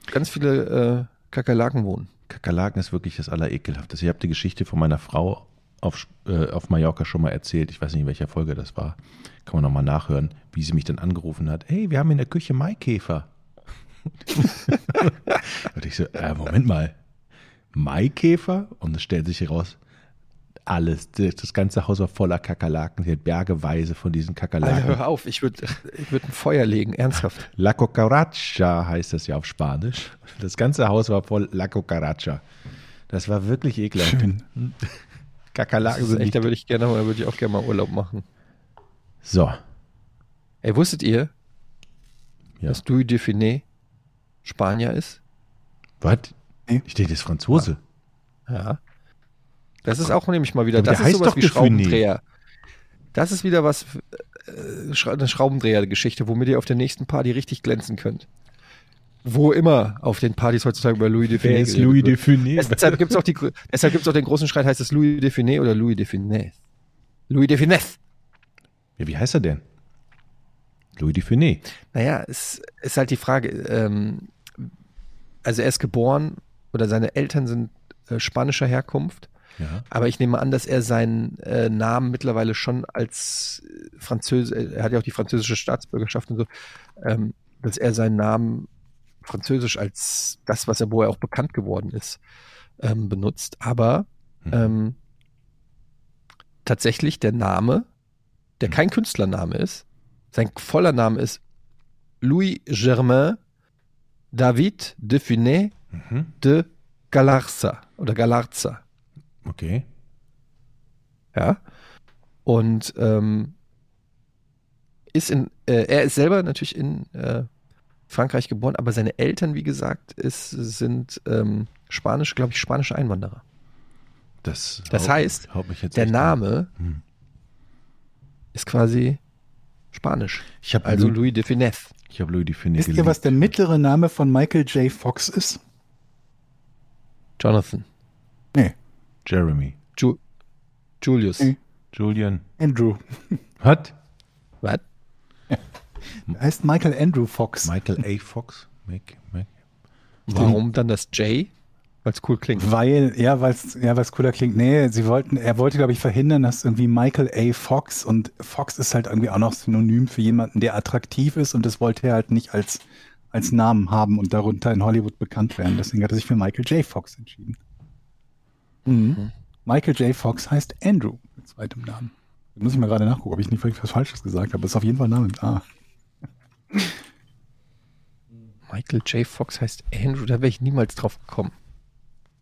S2: ganz viele äh, Kakerlaken wohnen.
S3: Kakerlaken ist wirklich das Allerekelhafteste. Ich habe die Geschichte von meiner Frau auf, Sp- äh, auf Mallorca schon mal erzählt, ich weiß nicht, in welcher Folge das war, kann man nochmal nachhören, wie sie mich dann angerufen hat, hey, wir haben in der Küche Maikäfer. Und ich so, äh, Moment mal, Maikäfer? Und es stellt sich heraus, alles, das das ganze Haus war voller Kakerlaken, sie hat bergeweise von diesen
S2: Alter,
S3: Kakerlaken.
S2: hör auf, ich würde ich würd ein Feuer legen, ernsthaft.
S3: La cucaracha heißt das ja auf Spanisch. Das ganze Haus war voll La cucaracha. Das war wirklich ekelhaft.
S4: Schön.
S3: Kakerlaken
S2: Das ist
S3: sind
S2: echt, da
S3: nicht.
S2: würde ich gerne mal, würde ich auch gerne mal Urlaub machen.
S3: So,
S2: Ey, wusstet ihr,
S3: Ja.
S2: dass Louis Dauphiné Spanier ist?
S3: was?
S2: Hm?
S4: Nee.
S3: Ich denke, das ist Franzose.
S2: Ja. Das ist auch nämlich mal wieder,
S3: Aber
S2: das
S3: der
S2: ist
S3: heißt
S2: sowas
S3: doch
S2: wie
S3: Dauphiné.
S2: Schraubendreher. Das ist wieder was, äh, Schra- eine Schraubendreher-Geschichte, womit ihr auf der nächsten Party richtig glänzen könnt. Wo immer auf den Partys heutzutage über Louis Dauphiné geredet wird.
S3: Dauphiné?
S2: Deshalb gibt es auch, die gr- deshalb gibt's auch den großen Streit, heißt es Louis Dauphiné oder Louis Dauphiné? Louis Dauphiné.
S3: Ja, wie heißt er denn? Louis Dauphiné.
S2: Naja, es ist halt die Frage. Ähm, also er ist geboren oder seine Eltern sind äh, spanischer Herkunft.
S3: Ja.
S2: Aber ich nehme an, dass er seinen äh, Namen mittlerweile schon als äh, Französ, äh, er hat ja auch die französische Staatsbürgerschaft und so, ähm, dass er seinen Namen französisch als das, was er, wo er auch bekannt geworden ist, ähm, benutzt. Aber
S3: Mhm.
S2: ähm, tatsächlich der Name, der kein Künstlername ist, sein voller Name ist Louis Germain David de Funès
S3: Mhm.
S2: de Galarza oder Galarza.
S3: Okay.
S2: Ja. Und ähm, ist in, äh, er ist selber natürlich in äh, Frankreich geboren, aber seine Eltern, wie gesagt, ist, sind ähm, spanische, glaube ich, spanische Einwanderer.
S3: Das,
S2: Das
S3: haut-
S2: heißt,
S3: haut mich jetzt
S2: Der
S3: echt an.
S2: Name
S3: Hm.
S2: ist quasi spanisch.
S3: Ich habe
S2: Also
S3: also Louis,
S2: Louis de Finesse.
S3: ich hab Louis Dauphiné
S4: Wisst ihr,
S3: geliebt.
S4: was der mittlere Name von Michael J. Fox ist?
S2: Jonathan.
S4: Nee,
S3: Jeremy.
S2: Ju Julius.
S4: Mhm.
S3: Julian.
S4: Andrew.
S3: Hat?
S2: Was?
S4: Er heißt Michael Andrew Fox.
S3: Michael A. Fox. Mac, Mac.
S2: Warum dann das J? Weil es cool klingt.
S4: Weil, ja, weil es ja, weil's cooler klingt. Nee, sie wollten, er wollte, glaube ich, verhindern, dass irgendwie Michael A. Fox und Fox ist halt irgendwie auch noch synonym für jemanden, der attraktiv ist und das wollte er halt nicht als, als Namen haben und darunter in Hollywood bekannt werden. Deswegen hat er sich für Michael J. Fox entschieden. Mhm. Michael J. Fox heißt Andrew mit zweitem Namen. Muss ich mal gerade nachgucken, ob ich nicht was Falsches gesagt habe. Ist auf jeden Fall ein Name mit A.
S2: Michael J. Fox heißt Andrew, da wäre ich niemals drauf gekommen.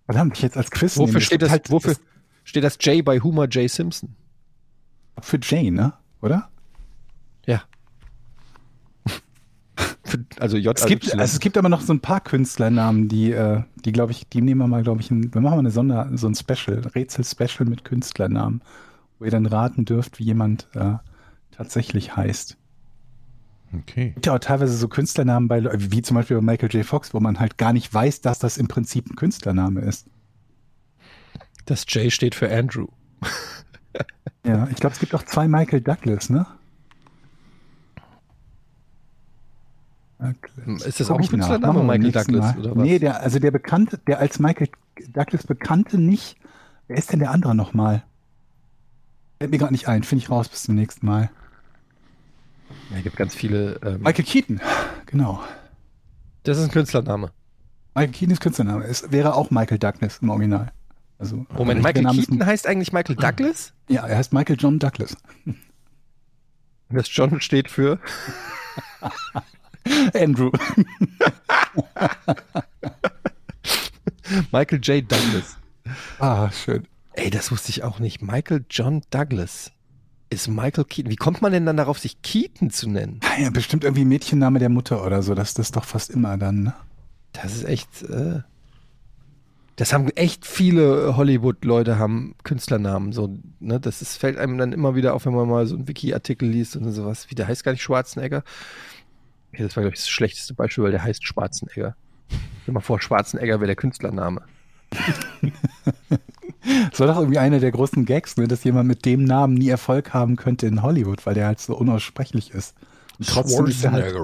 S4: Verdammt, ich jetzt als Quiz nehmen.
S2: Wofür steht
S4: gibt
S2: das,
S4: halt-
S2: wofür steht das J bei Homer J. Simpson?
S4: das- Für Jane, ne? Oder?
S2: Ja. Für- also J.
S4: Es gibt,
S2: also
S4: also es gibt aber noch so ein paar Künstlernamen, die, äh, die glaube ich, die nehmen wir mal, glaube ich, ein, wir machen mal eine Sonder, so ein Special, Rätsel-Special mit Künstlernamen, wo ihr dann raten dürft, wie jemand äh, tatsächlich heißt.
S3: Okay.
S4: Es gibt ja auch teilweise so Künstlernamen bei, Le- wie zum Beispiel bei Michael J. Fox, wo man halt gar nicht weiß, dass das im Prinzip ein Künstlername ist.
S2: das J steht für Andrew.
S4: Ja, ich glaube, es gibt auch zwei Michael Douglas, ne? Douglas.
S2: Ist das
S4: Guck
S2: auch ein
S4: ich nach.
S2: Künstlername,
S4: Machen wir beim
S2: Michael
S4: nächsten
S2: Douglas,
S4: Mal.
S2: oder was?
S4: Nee, der, also der Bekannte, der als Michael Douglas Bekannte nicht. Wer ist denn der andere nochmal? Fällt mir gerade nicht ein. Finde ich raus bis zum nächsten Mal.
S2: Ja, gibt ganz viele. Ähm,
S4: Michael Keaton. Genau.
S2: das ist ein Künstlername.
S4: Michael Keaton ist Künstlername. Es wäre auch Michael Douglas im Original. Also,
S2: Moment,
S4: der
S2: Michael
S4: Name ist
S2: Keaton
S4: ein-
S2: heißt eigentlich Michael Douglas?
S4: Ja, er heißt Michael John Douglas.
S2: Das John steht für.
S4: Andrew.
S2: Michael J. Douglas.
S4: ah, schön.
S2: Ey, das wusste ich auch nicht. Michael John Douglas ist Michael Keaton. Wie kommt man denn dann darauf, sich Keaton zu nennen?
S4: Ja, bestimmt irgendwie Mädchenname der Mutter oder so. Das das ist doch fast immer dann. Ne?
S2: Das ist echt. Äh, das haben echt viele Hollywood-Leute haben Künstlernamen. So, ne? Das ist, fällt einem dann immer wieder auf, wenn man mal so einen Wiki-Artikel liest und sowas. Wie der heißt gar nicht Schwarzenegger. Okay, das war, glaube ich, das schlechteste Beispiel, weil der heißt Schwarzenegger. Stell dir mal vor, Schwarzenegger wäre der Künstlername.
S4: Das war doch irgendwie einer der großen Gags, ne? dass jemand mit dem Namen nie Erfolg haben könnte in Hollywood, weil der halt so unaussprechlich ist. Und trotzdem ist der halt,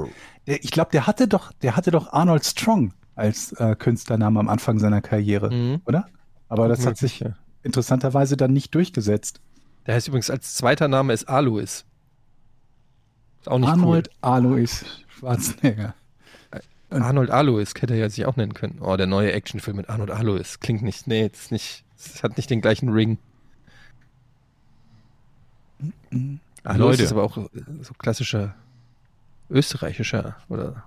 S4: der, ich glaube, der hatte doch, der hatte doch Arnold Strong als äh, Künstlername am Anfang seiner Karriere,
S2: Mhm.
S4: oder? Aber das hat
S2: Möglich,
S4: sich,
S2: ja.
S4: interessanterweise dann nicht durchgesetzt.
S2: Der heißt übrigens als zweiter Name ist Alois. Ist auch nicht
S4: Arnold Alois Schwarzenegger.
S2: cool. Arnold Alois hätte er ja sich auch nennen können. Oh, der neue Actionfilm mit Arnold Alois. Klingt nicht, nee, das ist nicht, das hat nicht den gleichen Ring. Alois
S3: Leute.
S2: ist aber auch äh, so klassischer österreichischer, oder?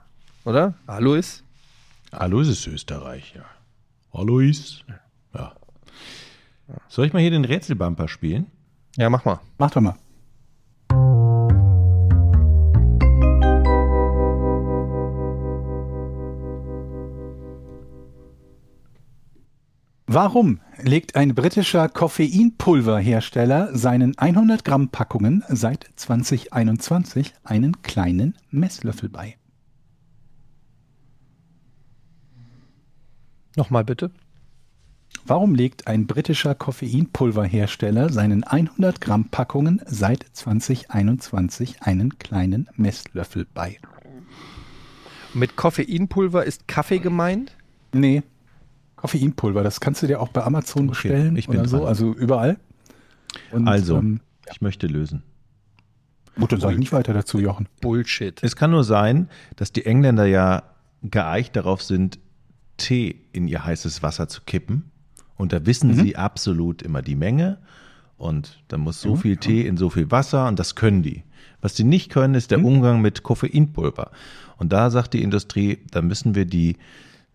S2: Oder? Alois?
S3: Alois ist Österreich, ja. Alois. Ja. Soll ich mal hier den Rätselbumper spielen?
S2: Ja, mach mal.
S4: Mach doch mal. Warum legt ein britischer Koffeinpulverhersteller seinen 100 Gramm Packungen seit 2021 einen kleinen Messlöffel bei?
S2: Nochmal bitte.
S4: Warum legt ein britischer Koffeinpulverhersteller seinen 100 Gramm Packungen seit 2021 einen kleinen Messlöffel bei?
S2: Mit Koffeinpulver ist Kaffee gemeint?
S4: Nee. Koffeinpulver, das kannst du dir auch bei Amazon bestellen
S3: ich bin
S4: oder so,
S3: dran.
S4: also überall. Und,
S3: Also,
S4: ähm,
S3: ich möchte lösen.
S4: gut, dann sage ich nicht weiter dazu, Jochen.
S2: Bullshit.
S3: Es kann nur sein, dass die Engländer ja geeicht darauf sind, Tee in ihr heißes Wasser zu kippen. Und da wissen sie absolut immer die Menge. Und da muss so viel Tee in so viel Wasser und das können die. Was die nicht können, ist der Umgang mit Koffeinpulver. Und da sagt die Industrie, da müssen wir die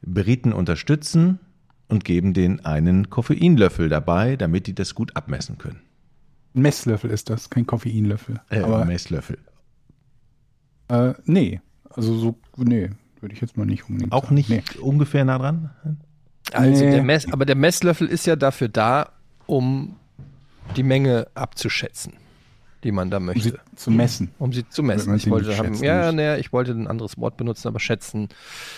S3: Briten unterstützen und geben denen einen Koffeinlöffel dabei, damit die das gut abmessen können.
S4: Ein Messlöffel ist das, kein Koffeinlöffel.
S3: Äh,
S4: Aber
S3: Messlöffel.
S4: äh, nee, also so, nee, würde ich jetzt mal nicht unbedingt
S3: Auch
S4: sagen.
S3: nicht
S4: Nee.
S3: ungefähr nah dran?
S2: Also
S4: Nee.
S2: der Mess, aber der Messlöffel ist ja dafür da, um die Menge abzuschätzen, die man da
S4: Um sie
S2: möchte,
S4: zu messen.
S2: um sie zu
S4: Wenn
S2: messen.
S4: man
S2: Ich
S4: sie
S2: wollte
S4: nicht
S2: haben,
S4: schätzen
S2: ja,
S4: möchte.
S2: nee, ich wollte ein anderes Wort benutzen, aber schätzen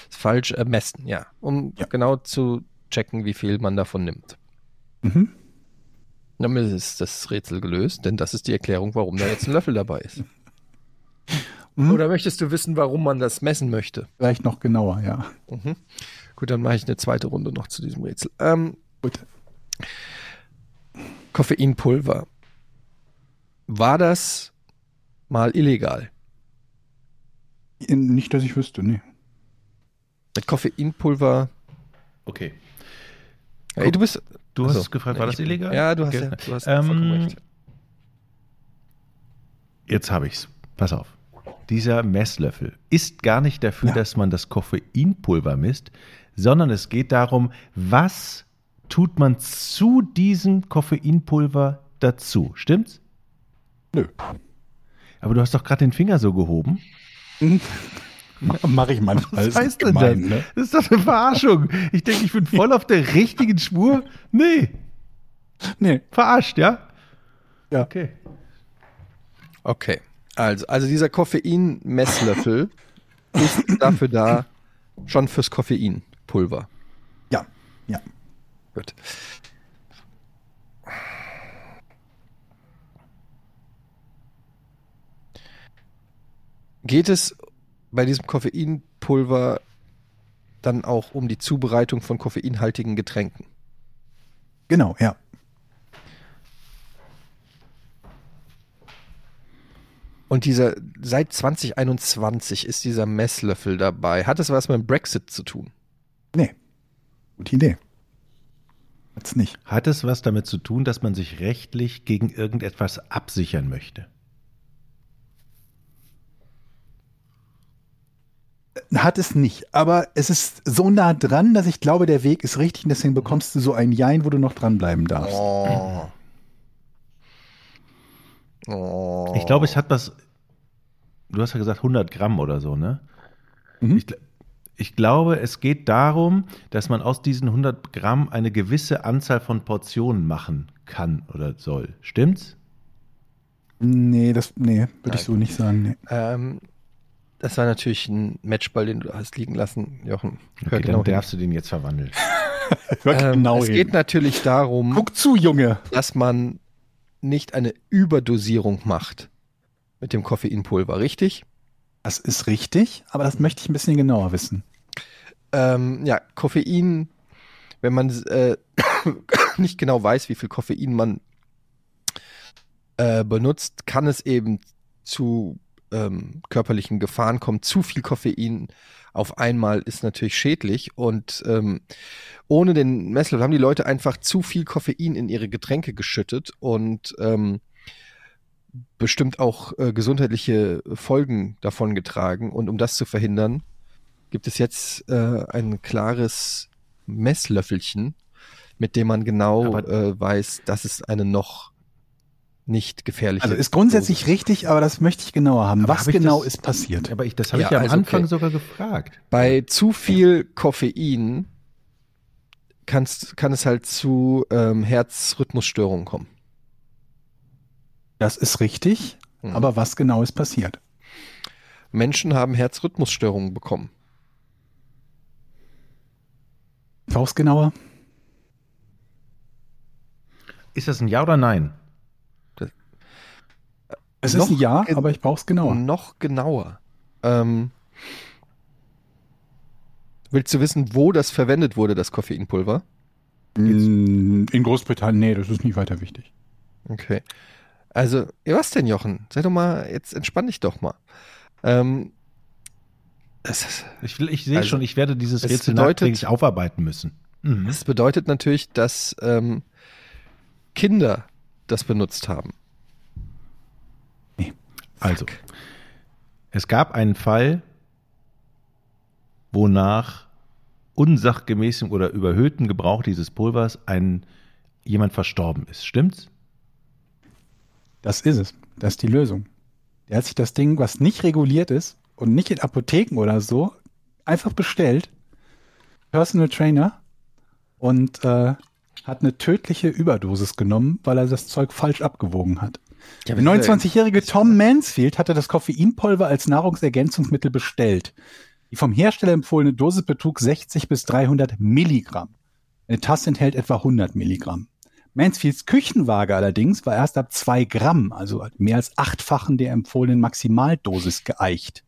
S2: ist falsch. Äh, messen, ja, um
S4: Ja.
S2: genau zu checken, wie viel man davon nimmt.
S4: Mhm.
S2: Damit ist das Rätsel gelöst, denn das ist die Erklärung, warum da jetzt ein Löffel dabei ist.
S4: Mhm.
S2: Oder möchtest du wissen, warum man das messen möchte? Mhm.
S4: Vielleicht noch genauer, ja.
S2: Gut, dann mache ich eine zweite Runde noch zu diesem Rätsel. Ähm,
S4: Gut.
S2: Koffeinpulver. War das mal illegal?
S4: In, nicht, dass ich wüsste, nee.
S2: Mit Koffeinpulver.
S3: Okay.
S2: Ey, du bist.
S3: Du
S2: Achso.
S3: hast gefragt, war
S2: Nee,
S3: das
S2: ich-
S3: illegal?
S2: Ja, du hast,
S3: Okay.
S2: ja, du hast vollkommen
S3: ähm,
S2: recht.
S3: Jetzt habe ich's. Pass auf. Dieser Messlöffel ist gar nicht dafür,
S4: Ja.
S3: dass man das Koffeinpulver misst, sondern es geht darum, was tut man zu diesem Koffeinpulver dazu. Stimmt's?
S4: Nö.
S3: Aber du hast doch gerade den Finger so gehoben.
S4: Mache ich manchmal.
S3: Was heißt denn das?
S4: Ne?
S3: Das ist doch eine Verarschung. Ich denke, ich bin voll auf der richtigen Spur. Nee,
S4: Nee.
S3: verarscht, ja?
S4: Ja.
S3: Okay.
S2: Okay. Also, also dieser Koffein-Messlöffel ist dafür da, schon fürs Koffeinpulver.
S4: Ja. Ja.
S2: Gut. Geht es bei diesem Koffeinpulver dann auch um die Zubereitung von koffeinhaltigen Getränken?
S4: Genau, ja.
S2: Und dieser seit 2021 ist dieser Messlöffel dabei. Hat es was mit dem Brexit zu tun?
S4: Nee. Gute Idee. Hat's nicht.
S3: Hat es was damit zu tun, dass man sich rechtlich gegen irgendetwas absichern möchte?
S4: Hat es nicht. Aber es ist so nah dran, dass ich glaube, der Weg ist richtig und deswegen bekommst du so ein Jein, wo du noch dranbleiben darfst.
S2: Oh. Oh.
S3: Ich glaube, es hat was. Du hast ja gesagt 100 Gramm oder so, ne?
S4: Mhm.
S3: Ich, gl- ich glaube, es geht darum, dass man aus diesen 100 Gramm eine gewisse Anzahl von Portionen machen kann oder soll. Stimmt's?
S4: Nee, das, nee, würde ich so nicht sagen. Nee.
S2: Ähm, das war natürlich ein Matchball, den du hast liegen lassen, Jochen.
S3: Okay,
S2: genau
S3: dann
S2: hin.
S3: darfst du den jetzt verwandeln.
S4: Hör
S2: Ähm,
S4: genau
S2: es
S4: hin.
S2: geht natürlich darum,
S4: Guck zu, Junge.
S2: dass man nicht eine Überdosierung macht mit dem Koffeinpulver, richtig?
S4: Das ist richtig, aber das möchte ich ein bisschen genauer wissen.
S2: Ähm, ja, Koffein, wenn man äh, nicht genau weiß, wie viel Koffein man äh, benutzt, kann es eben zu ähm, körperlichen Gefahren kommen. Zu viel Koffein auf einmal ist natürlich schädlich und ähm, ohne den Messlöffel haben die Leute einfach zu viel Koffein in ihre Getränke geschüttet und ähm, bestimmt auch äh, gesundheitliche Folgen davon getragen. Und um das zu verhindern, gibt es jetzt äh, ein klares Messlöffelchen, mit dem man genau
S3: Aber-
S2: äh, weiß, das ist eine noch nicht gefährliche.
S4: Also ist grundsätzlich
S2: Dosis.
S4: richtig, aber das möchte ich genauer haben.
S3: Aber
S4: Was
S3: hab ich
S4: genau
S3: das-
S4: ist passiert?
S3: Aber ich, das habe
S2: Ja,
S3: ich ja am
S2: also
S3: Anfang
S2: okay.
S3: sogar gefragt.
S2: Bei zu viel Koffein kannst, kann es halt zu ähm, Herzrhythmusstörungen kommen.
S4: Das ist richtig,
S2: Mhm.
S4: aber was genau ist passiert?
S2: Menschen haben Herzrhythmusstörungen bekommen.
S4: Faustgenauer?
S3: Ist das ein Ja oder Nein?
S4: Es
S2: Noch
S4: ist ein Ja,
S2: gen-
S4: aber ich brauche es genauer.
S2: Noch genauer. Ähm, willst du wissen, wo das verwendet wurde, das Koffeinpulver? Hm.
S4: Mm, In Großbritannien, nee, das ist nicht weiter wichtig.
S2: Okay. Also, ja, was denn, Jochen? Sei doch mal, jetzt entspann dich doch mal. Ähm, es ist
S3: Ich, will- ich sehe
S2: Also,
S3: schon, ich werde dieses
S2: es
S3: Rätsel
S2: bedeutet-
S3: nachträglich aufarbeiten müssen. Mhm.
S2: Das bedeutet natürlich, dass ähm, Kinder das benutzt haben.
S3: Also, es gab einen Fall, wonach unsachgemäßem oder überhöhtem Gebrauch dieses Pulvers ein, jemand verstorben ist. Stimmt's?
S4: Das ist es. Das ist die Lösung. Der hat sich das Ding, was nicht reguliert ist und nicht in Apotheken oder so, einfach bestellt. Personal Trainer und äh, hat eine tödliche Überdosis genommen, weil er das Zeug falsch abgewogen hat. Der 29-jährige Tom Mansfield hatte das Koffeinpulver als Nahrungsergänzungsmittel bestellt. Die vom Hersteller empfohlene Dosis betrug 60 bis 300 Milligramm. Eine Tasse enthält etwa 100 Milligramm. Mansfields Küchenwaage allerdings war erst ab 2 Gramm, also mehr als achtfachen der empfohlenen Maximaldosis geeicht.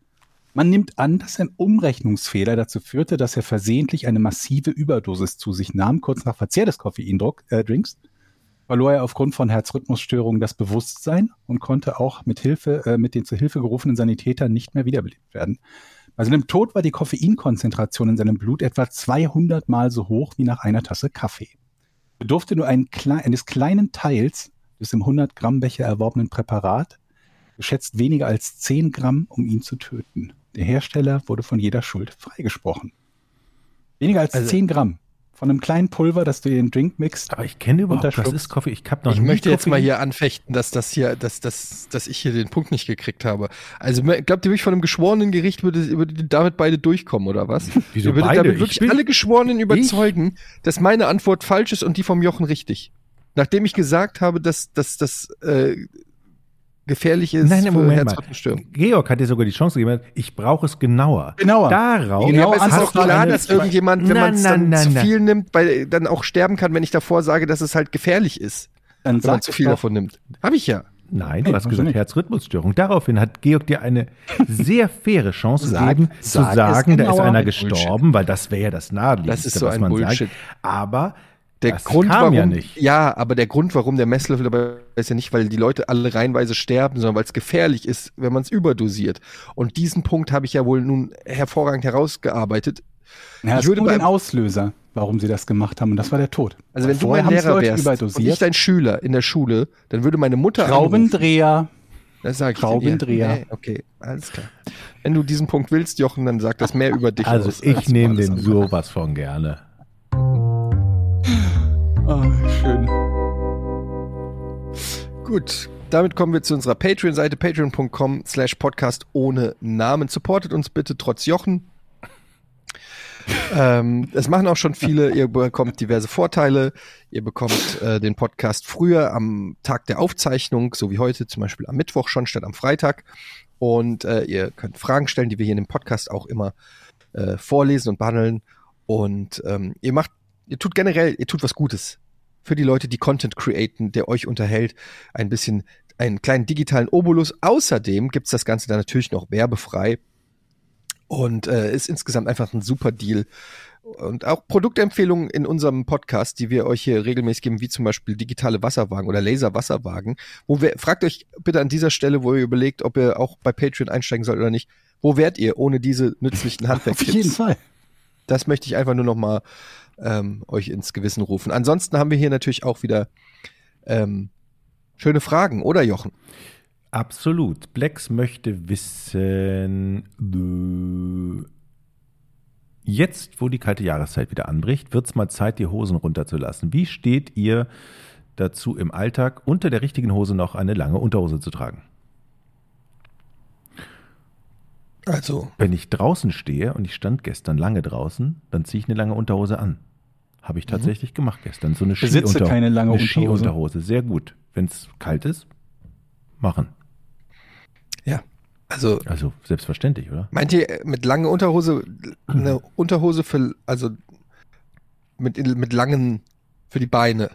S4: Man nimmt an, dass ein Umrechnungsfehler dazu führte, dass er versehentlich eine massive Überdosis zu sich nahm, kurz nach Verzehr des Koffeindrinks. Äh, Drinks verlor er aufgrund von Herzrhythmusstörungen das Bewusstsein und konnte auch mit Hilfe äh, mit den zu Hilfe gerufenen Sanitätern nicht mehr wiederbelebt werden. Bei seinem Tod war die Koffeinkonzentration in seinem Blut etwa 200 Mal so hoch wie nach einer Tasse Kaffee. Bedurfte nur ein klei- eines kleinen Teils des im 100 Gramm Becher erworbenen Präparat, geschätzt weniger als 10 Gramm, um ihn zu töten. Der Hersteller wurde von jeder Schuld freigesprochen. Weniger als
S2: Also-
S4: 10 Gramm von einem kleinen Pulver, das du in den Drink mixt.
S3: Aber ich kenne überhaupt, das
S4: Unterschlucks.
S3: ist Koffein. Ich habe noch
S2: ich
S3: nie
S2: möchte jetzt
S3: Koffein-
S2: mal hier anfechten, dass das hier, dass, dass, dass ich hier den Punkt nicht gekriegt habe. Also me- glaubt ihr wirklich von einem geschworenen Gericht würde, würde damit beide durchkommen oder was?
S3: Wieso
S2: ihr würdet
S3: beide?
S2: damit
S3: Ich
S2: wirklich
S3: bin-
S2: alle Geschworenen überzeugen, dass meine Antwort falsch ist und die vom Jochen richtig. Nachdem ich gesagt habe, dass dass das äh, gefährlich ist
S3: Nein, nein,
S2: für
S3: Moment mal.
S2: Herzrhythmgestörungen.
S3: Georg hat dir sogar die Chance gegeben, ich brauche es genauer.
S4: Genauer.
S3: Darauf
S4: Genau,
S2: ja, aber es
S4: hast
S2: ist auch
S4: du
S2: klar,
S4: eine-
S2: dass irgendjemand, wenn
S3: Na,
S2: man es
S3: na,
S2: dann
S3: na,
S2: zu
S3: na.
S2: viel nimmt, weil dann auch sterben kann, wenn ich davor sage, dass es halt gefährlich ist,
S4: Dann
S2: wenn man
S4: sag
S2: zu
S4: ich
S2: viel
S4: doch,
S2: davon nimmt. Habe ich ja.
S3: Nein,
S4: Nee,
S3: du hast
S4: muss
S3: gesagt
S4: nicht.
S3: Herzrhythmusstörung. Daraufhin hat Georg dir eine sehr faire Chance
S4: Sag-
S3: gegeben,
S4: sag
S3: zu
S4: es
S3: sagen, da ist
S4: genauer.
S3: einer
S4: Ein
S3: gestorben, weil das wäre ja das Naheliegendste,
S2: Das ist so
S3: was
S2: ein
S3: man
S2: Bullshit.
S3: sagt. Aber
S2: Der
S3: das
S2: Grund,
S3: kam
S2: warum,
S3: ja nicht.
S2: ja, aber der Grund, warum der Messlöffel dabei ist ja nicht, weil die Leute alle reihenweise sterben, sondern weil es gefährlich ist, wenn man es überdosiert. Und diesen Punkt habe ich ja wohl nun hervorragend herausgearbeitet.
S4: Na,
S2: Ich
S4: ich
S2: würde
S4: würde nur den
S2: beim-
S4: Auslöser, warum sie das gemacht haben, und das war der Tod.
S2: Also wenn
S4: Vorher
S2: du mein
S4: haben's
S2: Lehrer
S4: Leute
S2: wärst und ich
S4: überdosiert.
S2: dein Schüler in der Schule, dann würde meine Mutter anrufen.
S4: Schraubendreher.
S2: Das sag ich
S4: Schraubendreher.
S2: dir. Nee, okay, alles klar. Wenn du diesen Punkt willst, Jochen, dann sag das mehr über dich
S3: Also
S2: aus.
S3: ich nehme
S2: alles
S3: den
S2: andere.
S3: sowas von gerne.
S4: Ah, schön.
S2: Gut, damit kommen wir zu unserer Patreon-Seite, patreon.com slash podcast ohne Namen. Supportet uns bitte trotz Jochen. ähm, das machen auch schon viele. Ihr bekommt diverse Vorteile. Ihr bekommt äh, den Podcast früher am Tag der Aufzeichnung, so wie heute zum Beispiel am Mittwoch schon statt am Freitag. Und äh, ihr könnt Fragen stellen, die wir hier in dem Podcast auch immer äh, vorlesen und behandeln. Und ähm, ihr macht, ihr tut generell, ihr tut was Gutes für die Leute, die Content createn, der euch unterhält, ein bisschen einen kleinen digitalen Obolus. Außerdem gibt's das Ganze dann natürlich noch werbefrei und äh, ist insgesamt einfach ein super Deal, und auch Produktempfehlungen in unserem Podcast, die wir euch hier regelmäßig geben, wie zum Beispiel digitale Wasserwagen oder Laser-Wasserwagen, wo wir, fragt euch bitte an dieser Stelle, wo ihr überlegt, ob ihr auch bei Patreon einsteigen sollt oder nicht, wo wärt ihr ohne diese nützlichen
S4: Auf jeden
S2: Handwerkstipps?
S4: Fall.
S2: Das möchte ich einfach nur nochmal ähm, euch ins Gewissen rufen. Ansonsten haben wir hier natürlich auch wieder ähm, schöne Fragen, oder Jochen?
S3: Absolut. Blex möchte wissen, äh, jetzt, wo die kalte Jahreszeit wieder anbricht, wird es mal Zeit, die Hosen runterzulassen. Wie steht ihr dazu im Alltag, unter der richtigen Hose noch eine lange Unterhose zu tragen?
S2: Also,
S3: Wenn ich draußen stehe und ich stand gestern lange draußen, dann ziehe ich eine lange Unterhose an. Habe ich tatsächlich gemacht gestern. So eine
S4: Besitze
S3: Skiunter-
S4: Mhm. keine lange
S3: eine
S4: Unterhose.
S3: Skiunterhose. Sehr gut. Wenn es kalt ist, machen.
S2: ja. Also,
S3: Also selbstverständlich, oder?
S2: Meint ihr äh, mit lange Unterhose, eine Unterhose für, also mit, mit langen, für die Beine?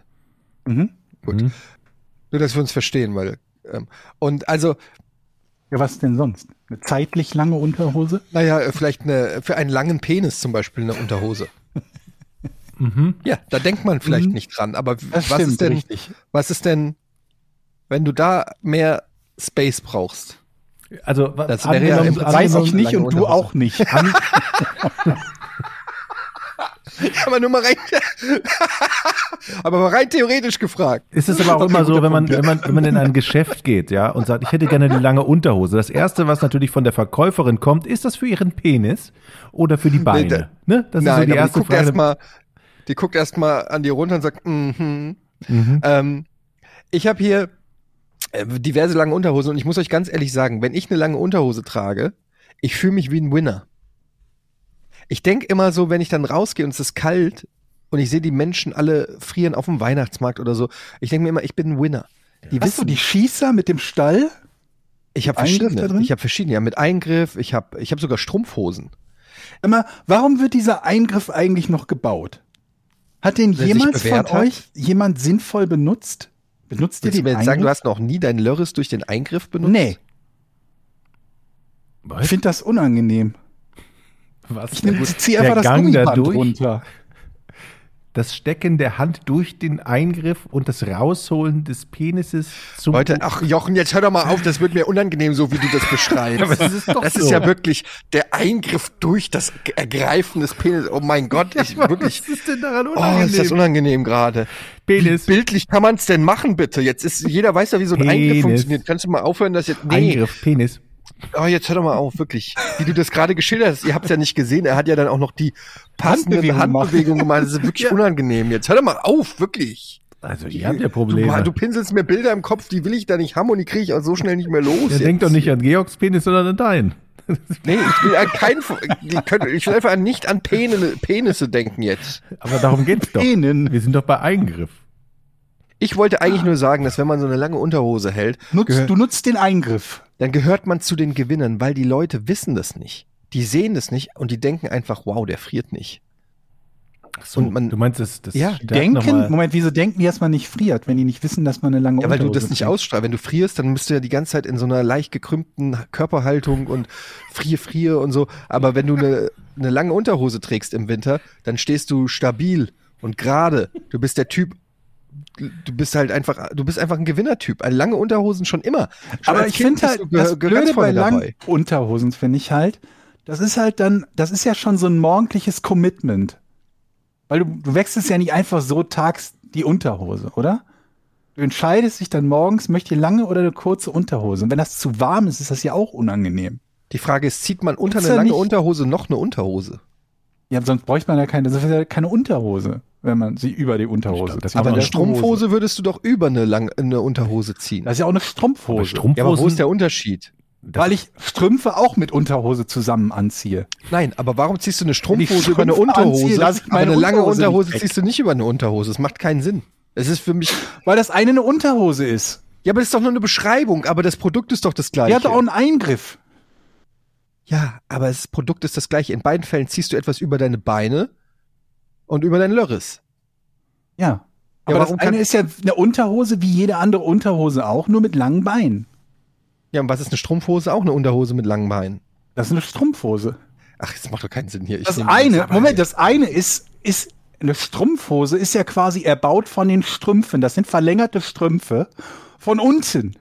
S4: Mhm.
S2: Gut.
S3: Mhm.
S2: Nur, dass wir uns verstehen, weil, ähm, und also,
S4: Ja, was denn sonst? Eine zeitlich lange Unterhose?
S2: naja, äh, vielleicht eine, für einen langen Penis zum Beispiel eine Unterhose.
S3: Mhm.
S2: Ja, da denkt man vielleicht
S4: Mhm.
S2: nicht dran, aber w-
S4: Das
S2: was
S4: stimmt,
S2: ist denn,
S4: richtig.
S2: was ist denn, wenn du da mehr Space brauchst?
S3: Also
S2: Das wäre ja im Prinzip-
S4: Weiß
S2: Angenommen,
S4: ich nicht
S2: lange
S4: und du
S2: Unterhose.
S4: auch nicht.
S2: Aber nur mal rein, aber mal rein theoretisch gefragt.
S3: ist es aber auch immer so, wenn man, wenn, man, wenn man in ein Geschäft geht, ja, und sagt, ich hätte gerne eine lange Unterhose. Das erste, was natürlich von der Verkäuferin kommt, ist das für ihren Penis oder für die Beine? Ne? Das ist so
S2: Nein,
S3: die
S2: aber die
S3: erste
S2: guckt
S3: Frage.
S2: erstmal, die guckt erstmal an dir runter und sagt, mhm. Ähm, ich habe hier äh, diverse lange Unterhosen und ich muss euch ganz ehrlich sagen, wenn ich eine lange Unterhose trage, ich fühle mich wie ein Winner. Ich denk immer so, wenn ich dann rausgehe und es ist kalt und ich sehe die Menschen alle frieren auf dem Weihnachtsmarkt oder so, ich denk mir immer, ich bin ein Winner. Die
S4: Hast du
S2: wissen,
S4: die Schießer mit dem Stall?
S2: ich habe
S4: Eingriff da
S2: verschiedene.
S4: drin?
S2: Ich habe verschiedene, ja, mit Eingriff, ich habe ich hab sogar Strumpfhosen.
S4: Sag mal, warum wird dieser Eingriff eigentlich noch gebaut? Hat den
S2: sich
S4: jemals von
S2: bewährt hat?
S4: euch jemand sinnvoll benutzt? Benutzt ihr
S2: Willst du
S4: den
S2: mir jetzt sagen, du
S4: Eingriff?
S2: hast noch nie deinen Lörris durch den Eingriff benutzt?
S4: nee, ich
S3: Was?
S4: finde das unangenehm.
S3: Was?
S4: Ich nehm, zieh
S3: Der
S4: einfach das
S3: Gang da
S4: Gummiband
S3: durch?
S4: runter.
S3: Das Stecken der Hand durch den Eingriff und das Rausholen des Penises zum
S2: Leute, ah, ach Jochen, jetzt hör doch mal auf, das wird mir unangenehm, so wie du das beschreibst.
S3: das ist doch
S2: das
S3: so.
S2: ist ja wirklich der Eingriff durch das G- Ergreifen des Penis. Oh mein Gott, ich wirklich.
S3: Was ist denn daran
S2: Oh, ist das
S3: unangenehm?
S2: unangenehm gerade.
S3: Penis.
S2: Wie bildlich kann man es denn machen, bitte? Jetzt ist, jeder weiß ja, wie so ein
S3: Penis.
S2: Eingriff funktioniert. Kannst du mal aufhören, dass jetzt, nee.
S3: Eingriff, Penis.
S2: Oh, jetzt hör doch mal auf, wirklich. Wie du das gerade geschildert hast, ihr habt es ja nicht gesehen. Er hat ja dann auch noch die passenden
S4: Handbewegung
S2: Handbewegungen
S4: gemacht.
S2: gemacht. Das ist wirklich unangenehm jetzt. Hör doch mal auf, wirklich.
S3: Also ihr habt ja Probleme.
S2: Hm? Du, du pinselst mir Bilder im Kopf, die will ich da nicht haben und die kriege ich auch so schnell nicht mehr los.
S3: ja,
S2: jetzt.
S3: denkt doch nicht an Georgs Penis, sondern an deinen.
S2: Nee, ich will an kein, die können, ich will einfach an- nicht an Penine, Penisse denken jetzt.
S3: Aber darum geht's doch.
S4: Penen.
S3: Wir sind doch bei Eingriff.
S2: Ich wollte eigentlich nur sagen, dass wenn man so eine lange Unterhose hält,
S4: Nutzt, du nutzt den Eingriff.
S2: dann gehört man zu den Gewinnern, weil die Leute wissen das nicht. Die sehen das nicht und die denken einfach, wow, der friert nicht.
S3: So,
S2: Und man-
S3: du meinst, das, das
S2: Ja,
S3: stärkt noch
S4: Denken,
S3: mal-
S4: Moment, wieso denken die, dass man nicht friert, wenn die nicht wissen, dass man eine lange
S2: Ja, weil du das
S4: Unterhose
S2: nicht
S4: trägt?
S2: ausstrahlst. Wenn du frierst, dann bist du ja die ganze Zeit in so einer leicht gekrümmten Körperhaltung und frier, frier und so. Aber wenn du eine, eine lange Unterhose trägst im Winter, dann stehst du stabil und gerade. Du bist der Typ, du bist halt einfach, du bist einfach ein Gewinnertyp. Eine lange Unterhosen schon immer. Schon
S4: Aber
S2: als
S4: ich
S2: Kind
S4: finde
S2: bist
S4: halt,
S2: du
S4: das
S2: gehör-
S4: Blöde
S2: ganz vorne
S4: bei langen
S2: dabei.
S4: Unterhosen finde ich halt, das ist halt dann, das ist ja schon so ein morgendliches Commitment. Weil du, du wechselst ja nicht einfach so tags die Unterhose, oder? Du entscheidest dich dann morgens, möchte ich lange oder eine kurze Unterhose. Und wenn das zu warm ist, ist das ja auch unangenehm.
S2: Die Frage ist, zieht man unter
S4: Gibt's
S2: eine
S4: da
S2: lange
S4: nicht-
S2: Unterhose noch eine Unterhose?
S4: Ja, sonst bräuchte man ja keine, das ist ja keine Unterhose, wenn man sie über die Unterhose
S3: glaub, das
S4: zieht.
S3: war
S2: Aber
S3: noch
S2: eine
S3: eine
S2: Strumpfhose würdest du doch über eine lange eine Unterhose ziehen.
S4: Das ist ja auch eine
S3: Aber
S4: Strumpfhose.
S2: Ja, aber wo
S3: Strumpfhosen,
S2: ist der Unterschied?
S4: weil ich Strümpfe auch mit Unterhose zusammen anziehe.
S2: Nein, aber warum ziehst du eine
S4: Wenn ich
S2: Strumpfhose über eine
S4: Strümpfe
S2: Unterhose?
S4: anziehe, lass ich
S2: aber
S4: meine
S2: eine lange
S4: Unterhose
S2: Unterhose
S4: nicht weg.
S2: ziehst du nicht über eine Unterhose. Es macht keinen Sinn. Es ist für mich.
S4: Weil das eine eine Unterhose ist.
S2: Ja, aber das ist doch nur eine Beschreibung, aber das Produkt ist doch das gleiche.
S4: Die hat doch auch einen Eingriff.
S2: ja, aber das Produkt ist das gleiche. In beiden Fällen ziehst du etwas über deine Beine und über dein Lörres.
S4: Ja.
S2: Ja,
S4: Aber das
S2: warum
S4: eine
S2: kann-
S4: ist ja eine Unterhose wie jede andere Unterhose auch, nur mit langen Beinen.
S2: Ja, und was ist eine Strumpfhose? Auch eine Unterhose mit langen Beinen.
S4: Das ist eine Strumpfhose.
S2: Ach, das macht doch keinen Sinn hier. Ich
S4: Das
S2: nehme
S4: eine,
S2: jetzt-
S4: Moment, das eine ist, ist eine Strumpfhose, ist ja quasi erbaut von den Strümpfen. Das sind verlängerte Strümpfe von unten.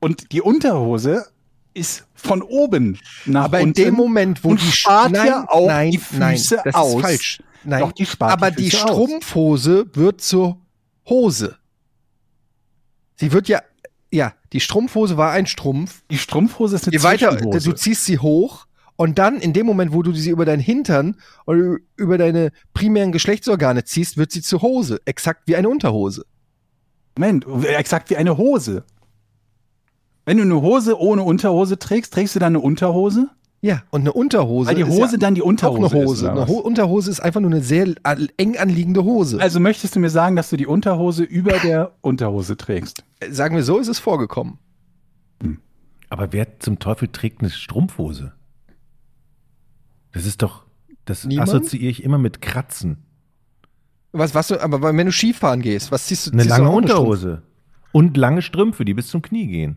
S4: Und die Unterhose ist von oben nach
S2: Aber in
S4: unten.
S2: dem Moment, wo
S4: und
S2: die
S4: spart
S2: nein,
S4: ja auch
S2: nein,
S4: die Füße
S2: nein, das
S4: aus.
S2: Ist falsch. Nein,
S4: Doch, die spart die
S2: aber die,
S4: Füße aus.
S2: Strumpfhose wird zur Hose. Sie wird ja, ja, die Strumpfhose war ein Strumpf.
S4: Die Strumpfhose ist eine
S2: Je weiter,
S4: Zwischenhose.
S2: du ziehst sie hoch und dann in dem Moment, wo du sie über deinen Hintern oder über deine primären Geschlechtsorgane ziehst, wird sie zur Hose. Exakt wie eine Unterhose.
S4: Moment, äh, exakt wie eine Hose. Wenn du eine Hose ohne Unterhose trägst, trägst du dann eine Unterhose?
S2: Ja, und eine Unterhose.
S4: Weil die
S2: ist
S4: Hose
S2: ja
S4: dann die
S2: auch eine
S4: Unterhose ist,
S2: Hose.
S4: oder
S2: eine
S4: was?
S2: Ho Unterhose ist einfach nur eine sehr an- eng anliegende Hose.
S4: Also möchtest du mir sagen, dass du die Unterhose über der Unterhose trägst?
S2: Also, Sagen wir so, ist es vorgekommen.
S3: Aber wer zum Teufel trägt eine Strumpfhose? Das ist doch, das
S2: Niemand?
S3: assoziiere ich immer mit Kratzen.
S2: Was, was du, aber wenn du Skifahren gehst, was ziehst du?
S3: Eine
S2: ziehst du
S3: lange
S2: auch Strumpf-
S3: Unterhose. Und lange Strümpfe, die bis zum Knie gehen.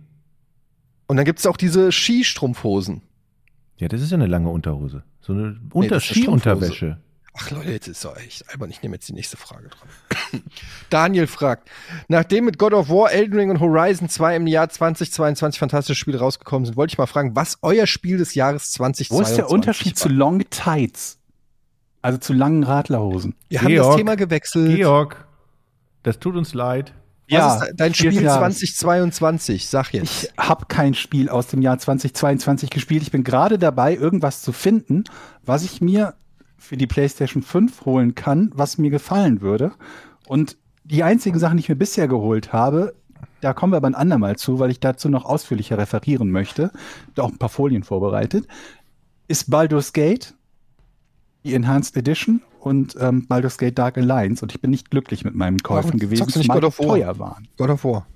S2: Und dann gibt's auch diese Skistrumpfhosen.
S3: Ja, das ist ja eine lange Unterhose. So eine
S2: Nee,
S3: Unter
S2: das ist eine
S3: Skiunterwäsche.
S2: Ach Leute, jetzt ist doch echt albern. Ich nehme jetzt die nächste Frage dran. Daniel fragt, nachdem mit God of War, Elden Ring und Horizon 2 im Jahr 2022 fantastische Spiele rausgekommen sind, wollte ich mal fragen, was euer Spiel des Jahres 2022
S4: Wo ist der Unterschied zu
S2: war?
S4: Long Tights? Also zu langen Radlerhosen.
S2: Wir haben das
S3: Georg?
S2: Thema gewechselt.
S3: Georg, Äh, das tut uns leid.
S2: Was ist dein
S4: Spiel
S2: Spiel
S4: des Jahres.
S2: 2022? Sag jetzt.
S4: Ich habe kein Spiel aus dem Jahr 2022 gespielt. Ich bin gerade dabei, irgendwas zu finden, was ich mir für die PlayStation 5 holen kann, was mir gefallen würde. Und die einzigen Sachen, die ich mir bisher geholt habe, da kommen wir aber ein andermal zu, weil ich dazu noch ausführlicher referieren möchte. Da auch ein paar Folien vorbereitet. Ist Baldur's Gate, die Enhanced Edition und ähm, Baldur's Gate Dark Alliance. Und ich bin nicht glücklich mit meinen Käufen
S2: Warum
S4: gewesen,
S2: zockst du nicht God
S4: die
S2: of War?
S4: teuer waren.
S2: God of War.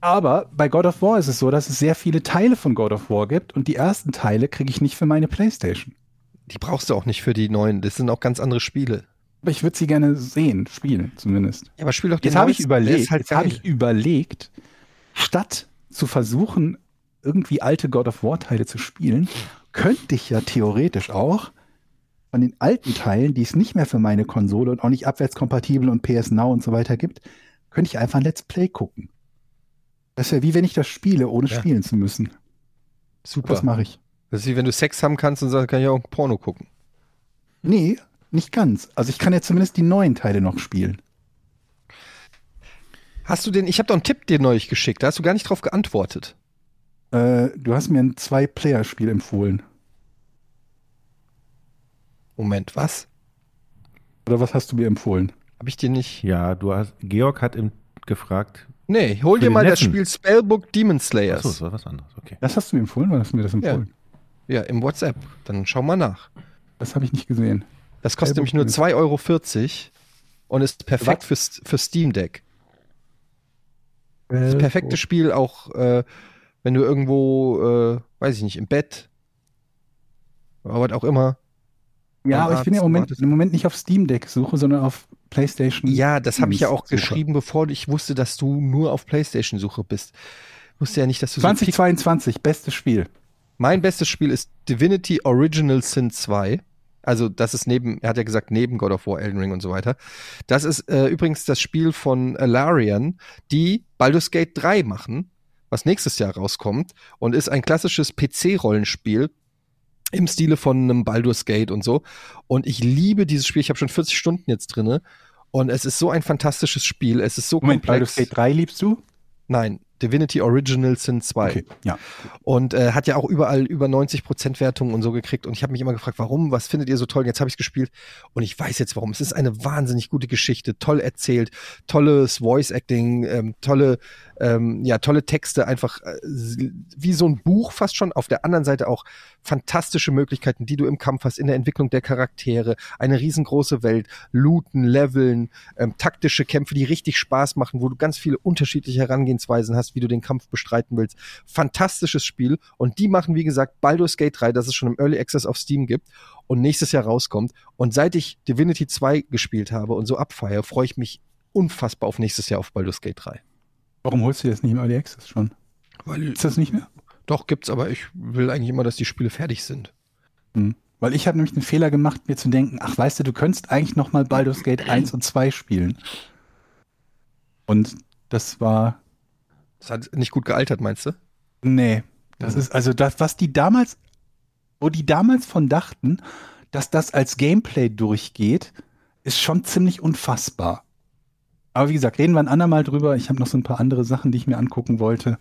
S4: Aber bei God of War ist es so, dass es sehr viele Teile von God of War gibt und die ersten Teile kriege ich nicht für meine Playstation.
S2: Die brauchst du auch nicht für die neuen. Das sind auch ganz andere Spiele.
S4: Aber ich würde sie gerne sehen, spielen zumindest.
S2: Ja, aber spiel doch den
S4: Jetzt habe ich
S2: neuesten. Der
S4: überlegt,
S2: ist halt
S4: jetzt habe
S2: geil.
S4: ich überlegt, statt zu versuchen, irgendwie alte God of War Teile zu spielen, könnte ich ja theoretisch auch von den alten Teilen, die es nicht mehr für meine Konsole und auch nicht abwärtskompatibel und PS Now und so weiter gibt, könnte ich einfach ein Let's Play gucken. Das wäre wie wenn ich das spiele, ohne
S2: Ja.
S4: spielen zu müssen.
S2: Super.
S4: Das mache ich.
S2: Das ist wie wenn du Sex haben kannst und sagst, kann ich auch Porno gucken.
S4: Nee, nicht ganz. Also ich kann ja zumindest die neuen Teile noch spielen.
S2: Hast du den, ich habe doch einen Tipp dir neulich geschickt, da hast du gar nicht drauf geantwortet.
S4: Äh, du hast mir ein Zwei-Player-Spiel empfohlen.
S2: Moment, was?
S4: Oder was hast du mir empfohlen?
S2: Hab ich dir nicht.
S3: Ja, du hast, Georg hat im, gefragt.
S2: Nee, hol
S3: Für
S2: dir
S3: den
S2: mal das
S3: Neffen.
S2: Spiel Spellbook Demon Slayers.
S3: Achso, das war was anderes. Okay.
S4: Das hast du mir empfohlen? Wann hast du mir das empfohlen?
S2: Ja, im WhatsApp. Dann schau mal nach.
S4: Das habe ich nicht gesehen.
S2: Das kostet
S4: Spellbook
S2: nämlich nur
S4: Demon-
S2: 2,40 Euro und ist perfekt
S4: Was?
S2: für, für Steam Deck. Das perfekte Spiel auch, äh, wenn du irgendwo, äh, weiß ich nicht, im Bett, aber was auch immer.
S4: Ja, aber ich bin ja im Moment,
S2: Wartest-
S4: im Moment nicht auf Steam Deck suche, sondern auf PlayStation.
S2: Ja, das habe ich ja auch
S4: Suche.
S2: geschrieben, bevor ich wusste, dass du nur auf PlayStation-Suche bist. Ich wusste ja nicht, dass du so
S4: 2022, bestes Spiel.
S2: Mein bestes Spiel ist Divinity Original Sin 2. Also, das ist neben, er hat ja gesagt, neben God of War, Elden Ring und so weiter. Das ist äh, übrigens das Spiel von Alarian, die Baldur's Gate 3 machen, was nächstes Jahr rauskommt und ist ein klassisches PC-Rollenspiel im Stile von einem Baldur's Gate und so. Und ich liebe dieses Spiel. Ich habe schon 40 Stunden jetzt drinne. Und es ist so ein fantastisches Spiel. Es ist so
S4: Moment, Baldur's
S2: komplex.
S4: Gate 3 liebst du?
S2: Nein, Divinity Original Sin 2
S4: ja.
S2: und äh, hat ja auch überall über 90% Wertungen und so gekriegt. Und ich habe mich immer gefragt, warum, was findet ihr so toll? Und jetzt habe ich gespielt und ich weiß jetzt warum. Es ist eine wahnsinnig gute Geschichte, toll erzählt, tolles Voice-Acting, ähm, tolle, ähm, ja, tolle Texte, einfach äh, wie so ein Buch fast schon. Auf der anderen Seite auch fantastische Möglichkeiten, die du im Kampf hast, in der Entwicklung der Charaktere, eine riesengroße Welt, looten, leveln, ähm, taktische Kämpfe, die richtig Spaß machen, wo du ganz viele unterschiedliche Herangehensweisen hast, wie du den Kampf bestreiten willst. Fantastisches Spiel und die machen, wie gesagt, Baldur's Gate 3, das es schon im Early Access auf Steam gibt und nächstes Jahr rauskommt. Und seit ich Divinity 2 gespielt habe und so abfeiere, freue ich mich unfassbar auf nächstes Jahr auf Baldur's Gate 3.
S4: Warum holst du das nicht im Early Access schon?
S2: Weil
S4: Ist das nicht mehr?
S2: doch gibt's, aber ich will eigentlich immer, dass die Spiele fertig sind.
S4: Weil ich habe nämlich einen Fehler gemacht, mir zu denken, ach weißt du, du könntest eigentlich noch mal Baldur's Gate 1 und 2 spielen. Und das war
S2: Das hat nicht gut gealtert, meinst du?
S4: Nee, das ist also das, was die damals, wo die damals von dachten, dass das als Gameplay durchgeht, ist schon ziemlich unfassbar. Aber wie gesagt, reden wir ein andermal drüber. Ich habe noch so ein paar andere Sachen, die ich mir angucken wollte.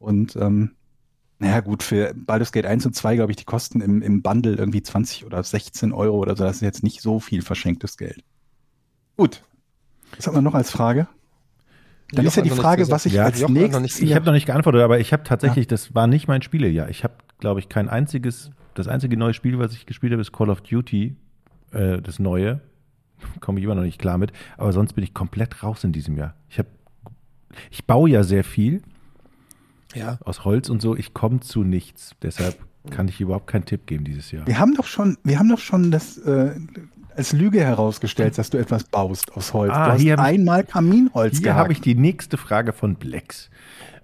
S4: Und ähm, naja, gut, für Baldur's Gate 1 und 2, glaube ich, die kosten im, im Bundle irgendwie 20 oder 16 Euro oder so. Das ist jetzt nicht so viel verschenktes Geld. Gut. Was hat man noch als Frage? Dann ist ja
S2: Jochen
S4: die
S2: hat noch
S4: Frage,
S2: nichts
S4: was ich
S3: Ja,
S4: als
S2: Jochen hat noch nichts
S4: nächstes.
S2: gesagt.
S3: Ich habe noch nicht geantwortet, aber ich habe tatsächlich, das war nicht mein Spielejahr. Ich habe, glaube ich, kein einziges, das einzige neue Spiel, was ich gespielt habe, ist Call of Duty, äh, das neue. Komme ich immer noch nicht klar mit. Aber sonst bin ich komplett raus in diesem Jahr. Ich habe, ich baue ja sehr viel
S2: Ja.
S3: aus Holz und so. Ich komme zu nichts. Deshalb kann ich überhaupt keinen Tipp geben dieses Jahr.
S4: Wir haben doch schon, wir haben doch schon das äh, als Lüge herausgestellt, dass du etwas baust aus Holz.
S3: Ah,
S4: du hast
S3: hier-
S4: einmal Kaminholz
S3: Hier
S4: gehabt.
S3: habe ich die nächste Frage von Blex.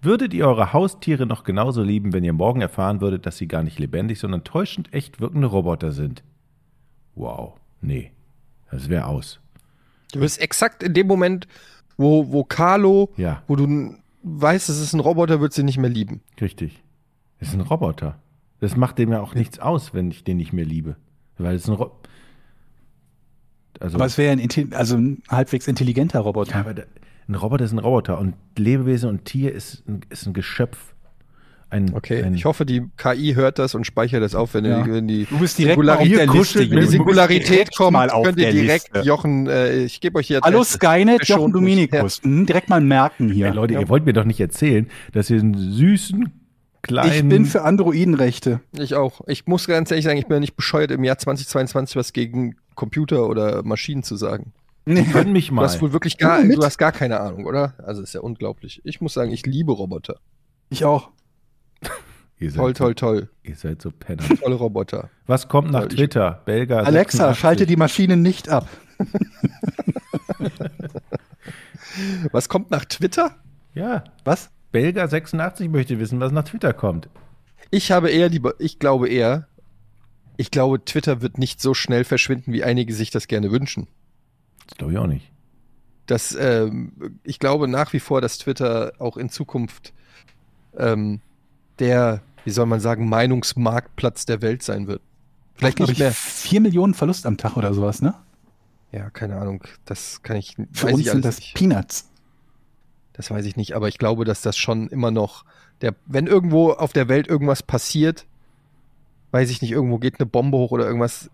S3: Würdet ihr eure Haustiere noch genauso lieben, wenn ihr morgen erfahren würdet, dass sie gar nicht lebendig, sondern täuschend echt wirkende Roboter sind? Wow, nee, das wäre aus.
S2: Du bist exakt in dem Moment, wo, wo Carlo,
S3: Ja.
S2: wo du n- weißt, es ist ein Roboter, wird sie nicht mehr lieben.
S3: Richtig. Das ist ein Roboter. Das macht dem ja auch nichts aus, wenn ich den nicht mehr liebe. Weil es ein Roboter. Also,
S4: Aber es wäre ein, intelli- also ein halbwegs intelligenter
S3: ja,
S4: Roboter.
S3: aber da- ein Roboter ist ein Roboter und Lebewesen und Tier ist ein, ist ein Geschöpf. Ein,
S2: Okay.
S3: ein,
S2: Ich hoffe, die KI hört das und speichert das auf, wenn,
S4: Ja.
S2: die, wenn die
S4: Du bist direkt mal auf
S2: Singularität,
S4: der Liste,
S2: wenn die
S4: Jürgen. Du bist
S2: Singularität
S4: direkt
S2: kommt,
S4: mal auf
S2: könnt ihr
S4: der
S2: direkt
S4: Liste.
S2: Jochen, äh, ich gebe euch die
S4: Hallo
S2: Adresse.
S4: Skynet,
S2: Verschont
S4: Jochen
S2: mich.
S4: Dominikus. Mhm, direkt mal merken hier.
S3: Ey, Leute, ihr wollt mir doch nicht erzählen, dass ihr einen süßen, kleinen.
S4: ich bin für Androidenrechte.
S2: Ich auch. Ich muss ganz ehrlich sagen, ich bin ja nicht bescheuert, im Jahr 2022 was gegen Computer oder Maschinen zu sagen.
S4: Nee.
S3: Gönn mich
S2: Du
S3: mal.
S2: hast wohl wirklich gar,
S4: Ja, mit.
S2: du hast gar keine Ahnung, oder? Also ist ja unglaublich. Ich muss sagen, ich liebe Roboter.
S4: Ich auch.
S3: Ihr seid,
S2: Toll, toll, toll.
S3: Ihr seid so Penner.
S2: Tolle Roboter.
S3: Was kommt nach
S2: Toll, ich-
S3: Twitter? Belga.
S4: Alexa,
S3: 86.
S4: schalte die Maschine nicht ab.
S2: Was kommt nach Twitter?
S3: Ja,
S4: Was?
S3: Belga 86 möchte wissen, was nach Twitter kommt.
S2: Ich habe eher lieber, ich glaube eher, ich glaube, Twitter wird nicht so schnell verschwinden, wie einige sich das gerne wünschen.
S3: Das glaube ich auch nicht.
S2: Das, ähm, ich glaube nach wie vor, dass Twitter auch in Zukunft ähm, der, wie soll man sagen, Meinungsmarktplatz der Welt sein wird. Vielleicht
S4: Glaub
S2: nicht mehr.
S4: Ich vier Millionen Verlust am Tag oder sowas, ne?
S2: Ja, keine Ahnung. Das kann ich,
S4: Für
S2: weiß
S4: uns
S2: ich
S4: sind
S2: alles
S4: das
S2: nicht.
S4: Peanuts.
S2: Das weiß ich nicht, aber ich glaube, dass das schon immer noch der, wenn irgendwo auf der Welt irgendwas passiert, weiß ich nicht, irgendwo geht eine Bombe hoch oder irgendwas,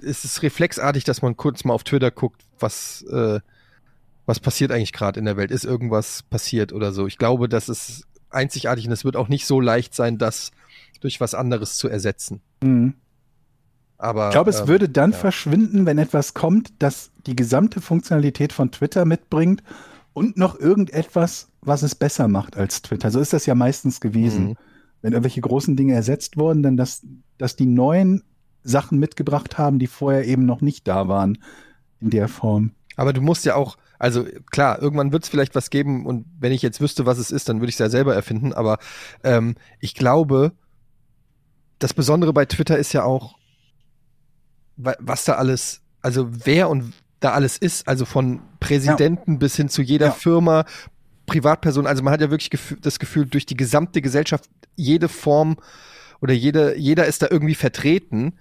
S2: ist es reflexartig, dass man kurz mal auf Twitter guckt, was, äh, was passiert eigentlich gerade in der Welt? Ist irgendwas passiert oder so? Ich glaube, das ist einzigartig und es wird auch nicht so leicht sein, das durch was anderes zu ersetzen.
S3: Hm.
S4: Mhm.
S2: Aber
S4: Ich glaube, es
S2: ähm,
S4: würde dann
S2: ja.
S4: verschwinden, wenn etwas kommt, das die gesamte Funktionalität von Twitter mitbringt und noch irgendetwas, was es besser macht als Twitter. So ist das ja meistens gewesen.
S2: Mhm.
S4: Wenn irgendwelche großen Dinge ersetzt wurden, dann dass, dass die neuen Sachen mitgebracht haben, die vorher eben noch nicht da waren in der Form.
S2: Aber du musst ja auch, also klar, irgendwann wird es vielleicht was geben und wenn ich jetzt wüsste, was es ist, dann würde ich es ja selber erfinden. Aber ähm, ich glaube, das Besondere bei Twitter ist ja auch, wa- was da alles, also wer und da alles ist, also von Präsidenten bis hin zu jeder
S4: Ja.
S2: Firma, Privatperson. Also man hat ja wirklich gef- das Gefühl, durch die gesamte Gesellschaft, jede Form oder jede, jeder ist da irgendwie vertreten.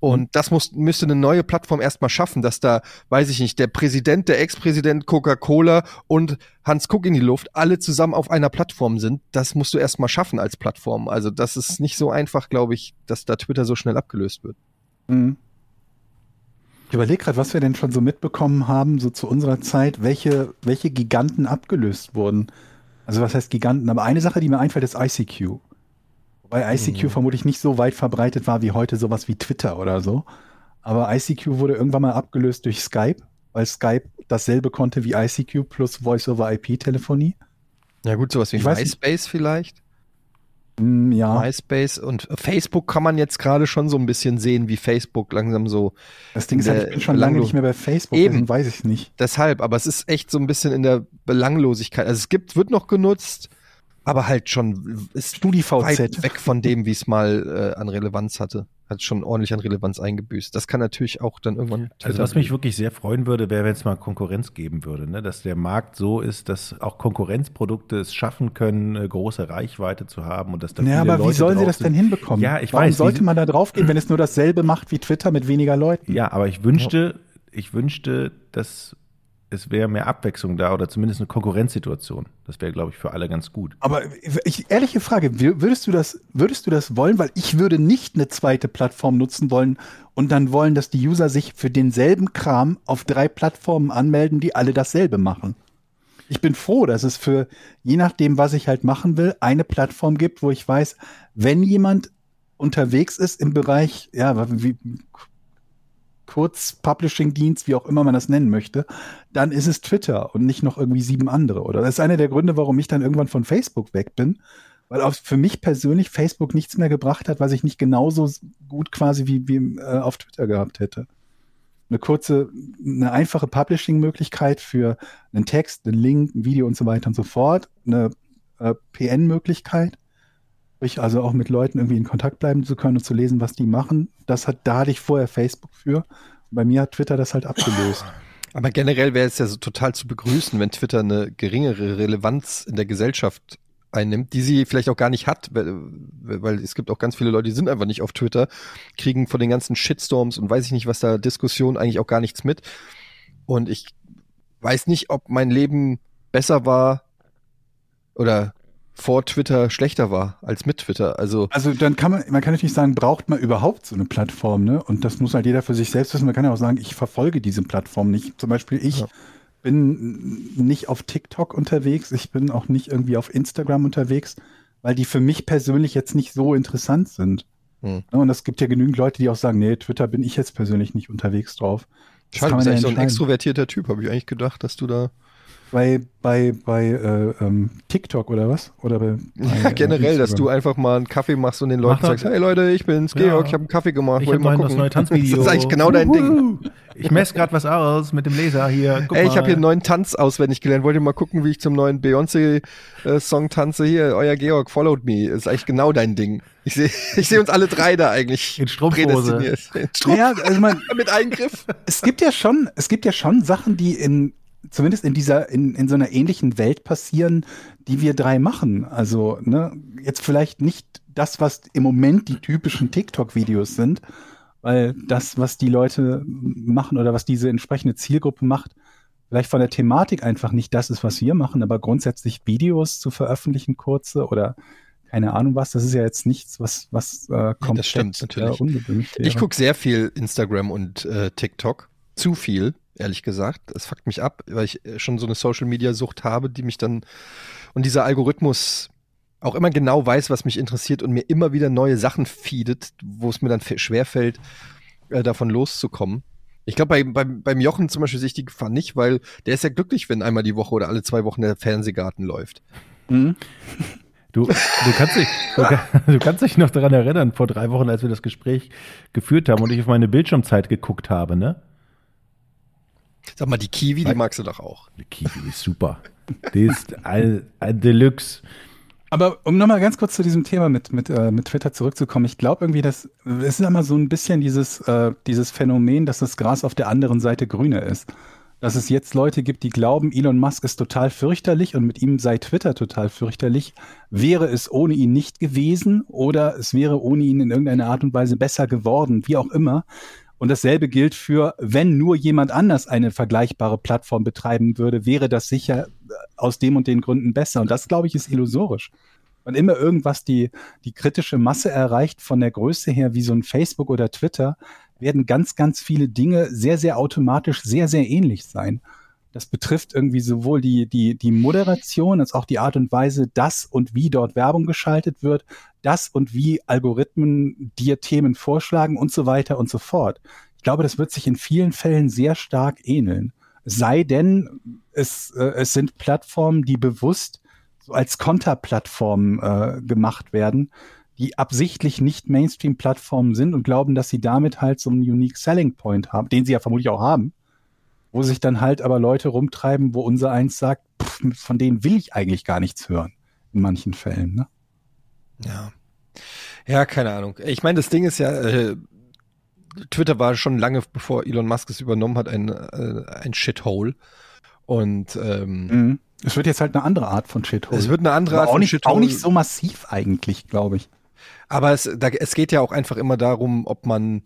S2: Und
S4: Mhm.
S2: das muss, müsste eine neue Plattform erstmal schaffen, dass da, weiß ich nicht, der Präsident, der Ex-Präsident Coca-Cola und Hans Kuck in die Luft alle zusammen auf einer Plattform sind. Das musst du erstmal schaffen als Plattform. Also das ist nicht so einfach, glaube ich, dass da Twitter so schnell abgelöst wird.
S4: Mhm. Ich überlege gerade, was wir denn schon so mitbekommen haben, so zu unserer Zeit, welche, welche Giganten abgelöst wurden. Also was heißt Giganten? Aber eine Sache, die mir einfällt, ist ICQ. Wobei ICQ vermutlich nicht so weit verbreitet war wie heute sowas wie Twitter oder so. Aber ICQ wurde irgendwann mal abgelöst durch Skype, weil Skype dasselbe konnte wie ICQ plus Voice-over-IP-Telefonie.
S2: Ja gut, sowas wie
S4: Ich weiß
S2: MySpace vielleicht.
S4: Hm, ja,
S2: MySpace und Facebook kann man jetzt gerade schon so ein bisschen sehen, wie Facebook langsam so
S4: das Ding ist halt, ich
S2: der-
S4: bin schon lange
S2: Langlo-
S4: nicht mehr bei Facebook,
S2: Eben.
S4: deswegen weiß ich nicht.
S2: deshalb, aber es ist echt so ein bisschen in der Belanglosigkeit. Also es gibt, wird noch genutzt, aber halt schon ist weit
S4: StudiVZ.
S2: weg von dem, wie es mal äh, an Relevanz hatte. Hat schon ordentlich an Relevanz eingebüßt. Das kann natürlich auch dann irgendwann.
S3: Also
S2: Twitter-
S3: was mich wirklich sehr freuen würde, wäre, wenn es mal Konkurrenz geben würde, ne? dass der Markt so ist, dass auch Konkurrenzprodukte es schaffen können, eine große Reichweite zu haben und dass da viele
S4: Ja, aber
S3: Leute
S4: wie sollen sie
S3: drauf
S4: das
S3: sind.
S4: denn hinbekommen?
S3: Ja, ich
S4: Warum
S3: weiß.
S4: sollte
S3: wie-
S4: man da draufgehen, wenn es nur dasselbe macht wie Twitter mit weniger Leuten?
S3: Ja, aber ich wünschte, ich wünschte, dass es wäre mehr Abwechslung da oder zumindest eine Konkurrenzsituation. Das wäre, glaube ich, für alle ganz gut.
S4: Aber ich, ehrliche Frage, wür- würdest du, das, würdest du das wollen? Weil ich würde nicht eine zweite Plattform nutzen wollen und dann wollen, dass die User sich für denselben Kram auf drei Plattformen anmelden, die alle dasselbe machen. Ich bin froh, dass es für, je nachdem, was ich halt machen will, eine Plattform gibt, wo ich weiß, wenn jemand unterwegs ist im Bereich, ja, wie, kurz Publishing-Dienst, wie auch immer man das nennen möchte, dann ist es Twitter und nicht noch irgendwie sieben andere. Oder das ist einer der Gründe, warum ich dann irgendwann von Facebook weg bin, weil auch für mich persönlich Facebook nichts mehr gebracht hat, was ich nicht genauso s- gut quasi wie, wie äh, auf Twitter gehabt hätte. Eine kurze, eine einfache Publishing-Möglichkeit für einen Text, einen Link, ein Video und so weiter und so fort. Eine äh, PN-Möglichkeit, sprich also auch mit Leuten irgendwie in Kontakt bleiben zu können und zu lesen, was die machen. Das hat, da hatte ich vorher Facebook für. Und bei mir hat Twitter das halt abgelöst.
S2: Aber generell wäre es ja so total zu begrüßen, wenn Twitter eine geringere Relevanz in der Gesellschaft einnimmt, die sie vielleicht auch gar nicht hat, weil, äh, weil es gibt auch ganz viele Leute, die sind einfach nicht auf Twitter, kriegen von den ganzen Shitstorms und weiß ich nicht, was da Diskussionen eigentlich auch gar nichts mit. Und ich weiß nicht, ob mein Leben besser war oder vor Twitter schlechter war als mit Twitter. Also
S4: Also dann kann man, man kann natürlich sagen, braucht man überhaupt so eine Plattform, ne? Und das muss halt jeder für sich selbst wissen. Man kann ja auch sagen, ich verfolge diese Plattform nicht. Zum Beispiel ich
S2: Ja.
S4: bin nicht auf TikTok unterwegs, ich bin auch nicht irgendwie auf Instagram unterwegs, weil die für mich persönlich jetzt nicht so interessant sind.
S2: Hm.
S4: Ne? Und es gibt ja genügend Leute, die auch sagen, nee, Twitter bin ich jetzt persönlich nicht unterwegs drauf. Das
S2: schade, du
S4: kann man
S2: bist
S4: ja
S2: eigentlich so ein
S4: entscheiden.
S2: extrovertierter Typ, habe ich eigentlich gedacht, dass du da
S4: Bei, bei, bei äh, ähm, TikTok oder was? Oder bei, bei
S2: Ja, generell, dass du
S4: Instagram.
S2: einfach mal einen Kaffee machst und den Leuten
S3: Mach doch.
S2: sagst, hey Leute, ich bin's,
S3: Ja.
S2: Georg, ich habe einen Kaffee gemacht,
S3: Ich
S2: wollt
S3: habe
S2: ihr mal
S3: mal das
S2: gucken.
S3: neue Tanzvideo.
S2: Das ist eigentlich genau dein Ding.
S3: Ding. Ich messe gerade was aus mit dem Laser hier. Guck
S2: Ey, ich habe hier einen
S3: mal.
S2: neuen Tanz auswendig gelernt. Wollt ihr mal gucken, wie ich zum neuen Beyoncé-Song tanze? Hier, euer Georg, followed me. Ist eigentlich genau dein Ding. Ich sehe ich seh uns alle drei da eigentlich.
S3: In Strumpfhose.
S2: prädestiniert. In Strumpf
S4: Ja, also man,
S2: mit Eingriff.
S4: es gibt ja schon, es gibt ja schon Sachen, die in, zumindest in dieser, in, in so einer ähnlichen Welt passieren, die wir drei machen. Also, ne, jetzt vielleicht nicht das, was im Moment die typischen TikTok-Videos sind, weil das, was die Leute machen oder was diese entsprechende Zielgruppe macht, vielleicht von der Thematik einfach nicht das ist, was wir machen, aber grundsätzlich Videos zu veröffentlichen, kurze oder keine Ahnung was, das ist ja jetzt nichts, was, was äh, komplett
S2: stimmt natürlich.
S4: Äh, ungewünscht wäre.
S2: Ich guck sehr viel Instagram und äh, TikTok. Zu viel, ehrlich gesagt. Es fuckt mich ab, weil ich äh, schon so eine Social-Media-Sucht habe, die mich dann und dieser Algorithmus auch immer genau weiß, was mich interessiert und mir immer wieder neue Sachen feedet, wo es mir dann fe- schwerfällt, äh, davon loszukommen. Ich glaube, bei, beim, beim Jochen zum Beispiel sehe ich die Gefahr nicht, weil der ist ja glücklich, wenn einmal die Woche oder alle zwei Wochen der Fernsehgarten läuft.
S4: Mhm.
S3: Du, du, kannst dich, du, kann- du kannst dich noch daran erinnern, vor drei Wochen, als wir das Gespräch geführt haben und ich auf meine Bildschirmzeit geguckt habe, ne?
S2: Sag mal, die Kiwi, die magst du doch auch.
S3: Die Kiwi ist super. Die ist ein, ein Deluxe.
S4: Aber um nochmal ganz kurz zu diesem Thema mit, mit, äh, mit Twitter zurückzukommen, ich glaube irgendwie, dass es ist immer so ein bisschen dieses, äh, dieses Phänomen, dass das Gras auf der anderen Seite grüner ist. Dass es jetzt Leute gibt, die glauben, Elon Musk ist total fürchterlich und mit ihm sei Twitter total fürchterlich. Wäre es ohne ihn nicht gewesen oder es wäre ohne ihn in irgendeiner Art und Weise besser geworden, wie auch immer. Und dasselbe gilt für, wenn nur jemand anders eine vergleichbare Plattform betreiben würde, wäre das sicher äh, aus dem und den Gründen besser. Und das, glaube ich, ist illusorisch. Wenn immer irgendwas die, die kritische Masse erreicht, von der Größe her wie so ein Facebook oder Twitter, werden ganz, ganz viele Dinge sehr, sehr automatisch sehr, sehr ähnlich sein. Das betrifft irgendwie sowohl die, die, die Moderation als auch die Art und Weise, dass und wie dort Werbung geschaltet wird, das und wie Algorithmen dir Themen vorschlagen und so weiter und so fort. Ich glaube, das wird sich in vielen Fällen sehr stark ähneln. Es Sei denn, es, äh, es sind Plattformen, die bewusst so als Konterplattformen äh, gemacht werden, die absichtlich nicht Mainstream-Plattformen sind und glauben, dass sie damit halt so einen Unique Selling Point haben, den sie ja vermutlich auch haben, wo sich dann halt aber Leute rumtreiben, wo unser eins sagt, pff, von denen will ich eigentlich gar nichts hören. in manchen Fällen. Ne?
S2: Ja. Ja, keine Ahnung. Ich meine, das Ding ist ja, äh, Twitter war schon lange bevor Elon Musk es übernommen hat, ein, äh, ein Shithole. Und ähm,
S4: Mhm. Es wird jetzt halt eine andere Art von Shithole.
S2: es wird eine andere
S4: Aber
S2: Art
S4: auch
S2: von
S4: nicht,
S2: Shithole.
S4: Auch nicht so massiv eigentlich, glaube ich.
S2: Aber es, da, es geht ja auch einfach immer darum, ob man,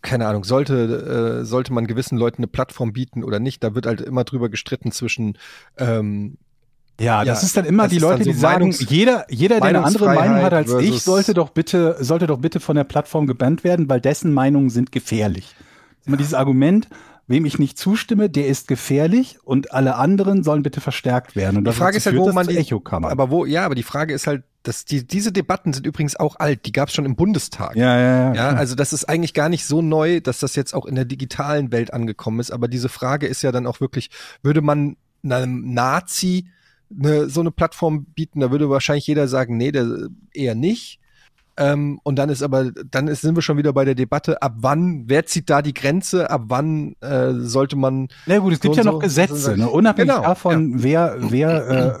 S2: keine Ahnung, sollte, äh, sollte man gewissen Leuten eine Plattform bieten oder nicht. Da wird halt immer drüber gestritten zwischen ähm,
S4: Ja, das
S2: Ja,
S4: ist dann immer
S2: das
S4: die
S2: ist
S4: Leute,
S2: dann so
S4: die sagen,
S2: Meinungs-
S4: jeder, jeder, der eine andere
S2: Meinungsfreiheit
S4: Meinung hat als ich,
S2: versus-
S4: sollte doch bitte, sollte doch bitte von der Plattform gebannt werden, weil dessen Meinungen sind gefährlich. Immer dieses Argument, wem ich nicht zustimme, der ist gefährlich und alle anderen sollen bitte verstärkt werden. Und
S2: Die
S4: das
S2: Frage ist halt, wo man die
S4: Echokammer.
S2: Aber wo, ja, aber die Frage ist halt, dass die, diese Debatten sind übrigens auch alt, die gab es schon im Bundestag.
S4: ja, ja, ja.
S2: Ja, also das ist eigentlich gar nicht so neu, dass das jetzt auch in der digitalen Welt angekommen ist. Aber diese Frage ist ja dann auch wirklich, würde man einem Nazi eine, so eine Plattform bieten, da würde wahrscheinlich jeder sagen, nee, der, eher nicht. Ähm, und dann ist aber, dann ist, sind wir schon wieder bei der Debatte, ab wann, wer zieht da die Grenze, ab wann äh, sollte man
S4: Na gut, es gibt
S2: So
S4: ja
S2: und
S4: noch
S2: so.
S4: Gesetze, ne? unabhängig
S2: Genau,
S4: davon, wer, wer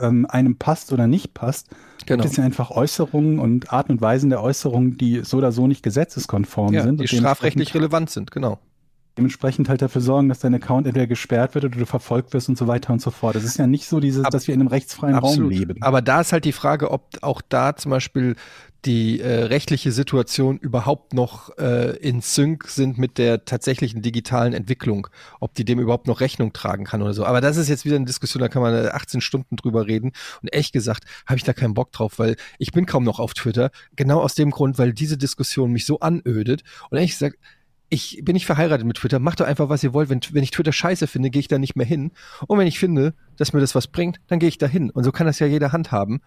S4: äh, ähm, einem passt oder nicht passt.
S2: Genau.
S4: Gibt es ja einfach Äußerungen und Arten und Weisen der Äußerungen, die so oder so nicht gesetzeskonform
S2: ja,
S4: sind.
S2: die
S4: und dementsprechend-
S2: strafrechtlich relevant sind, genau.
S4: dementsprechend halt dafür sorgen, dass dein Account entweder gesperrt wird oder du verfolgt wirst und so weiter und so fort. Es ist ja nicht so, dieses,
S2: Ab-
S4: dass wir in einem rechtsfreien Raum leben.
S2: Aber da ist halt die Frage, ob auch da zum Beispiel die äh, rechtliche Situation überhaupt noch äh, in Sync sind mit der tatsächlichen digitalen Entwicklung, ob die dem überhaupt noch Rechnung tragen kann oder so. Aber das ist jetzt wieder eine Diskussion, da kann man äh, 18 Stunden drüber reden. Und echt gesagt, habe ich da keinen Bock drauf, weil ich bin kaum noch auf Twitter. Genau aus dem Grund, weil diese Diskussion mich so anödet. Und ehrlich gesagt, ich bin nicht verheiratet mit Twitter, macht doch einfach, was ihr wollt. Wenn, wenn ich Twitter scheiße finde, gehe ich da nicht mehr hin. Und wenn ich finde, dass mir das was bringt, dann gehe ich da hin. Und so kann das ja jeder handhaben.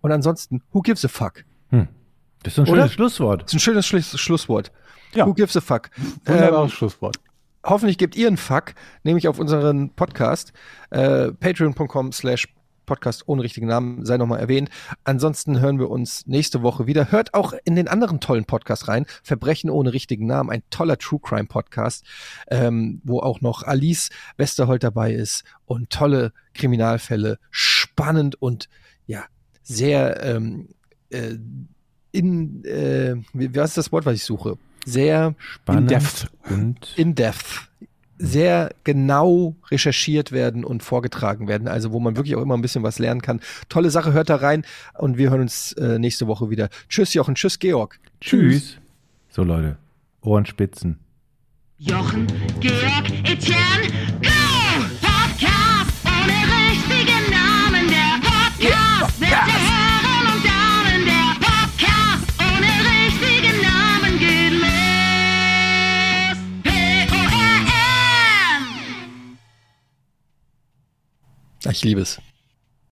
S2: Und ansonsten, who gives a fuck?
S5: Das ist ein
S2: Oder?
S5: schönes Schlusswort.
S2: Das ist ein schönes Schluss Schlusswort.
S4: Ja.
S2: Who gives a fuck?
S4: Wunderbares
S2: Ähm,
S4: Schlusswort.
S2: hoffentlich gebt ihr einen Fuck, nämlich auf unseren Podcast, äh, patreon.com slash Podcast ohne richtigen Namen, sei nochmal erwähnt. Ansonsten hören wir uns nächste Woche wieder. Hört auch in den anderen tollen Podcast rein. Verbrechen ohne richtigen Namen, ein toller True Crime Podcast, ähm, wo auch noch Alice Westerholt dabei ist und tolle Kriminalfälle. Spannend und ja, sehr ähm, äh, in, äh, wie, was ist das Wort, was ich suche? Sehr
S5: Spannend
S4: depth.
S5: und
S2: in-depth sehr genau recherchiert werden und vorgetragen werden, also wo man wirklich auch immer ein bisschen was lernen kann. Tolle Sache, hört da rein und wir hören uns äh, nächste Woche wieder. Tschüss Jochen, tschüss Georg.
S5: tschüss. So Leute, Ohrenspitzen.
S1: Jochen, Georg, Etienne, go! Podcast ohne richtigen Namen, der Podcast, der zu Herren und Damen, der Podcast ohne richtigen Namen geht los. E P-O-R-M!
S2: Ich liebe es.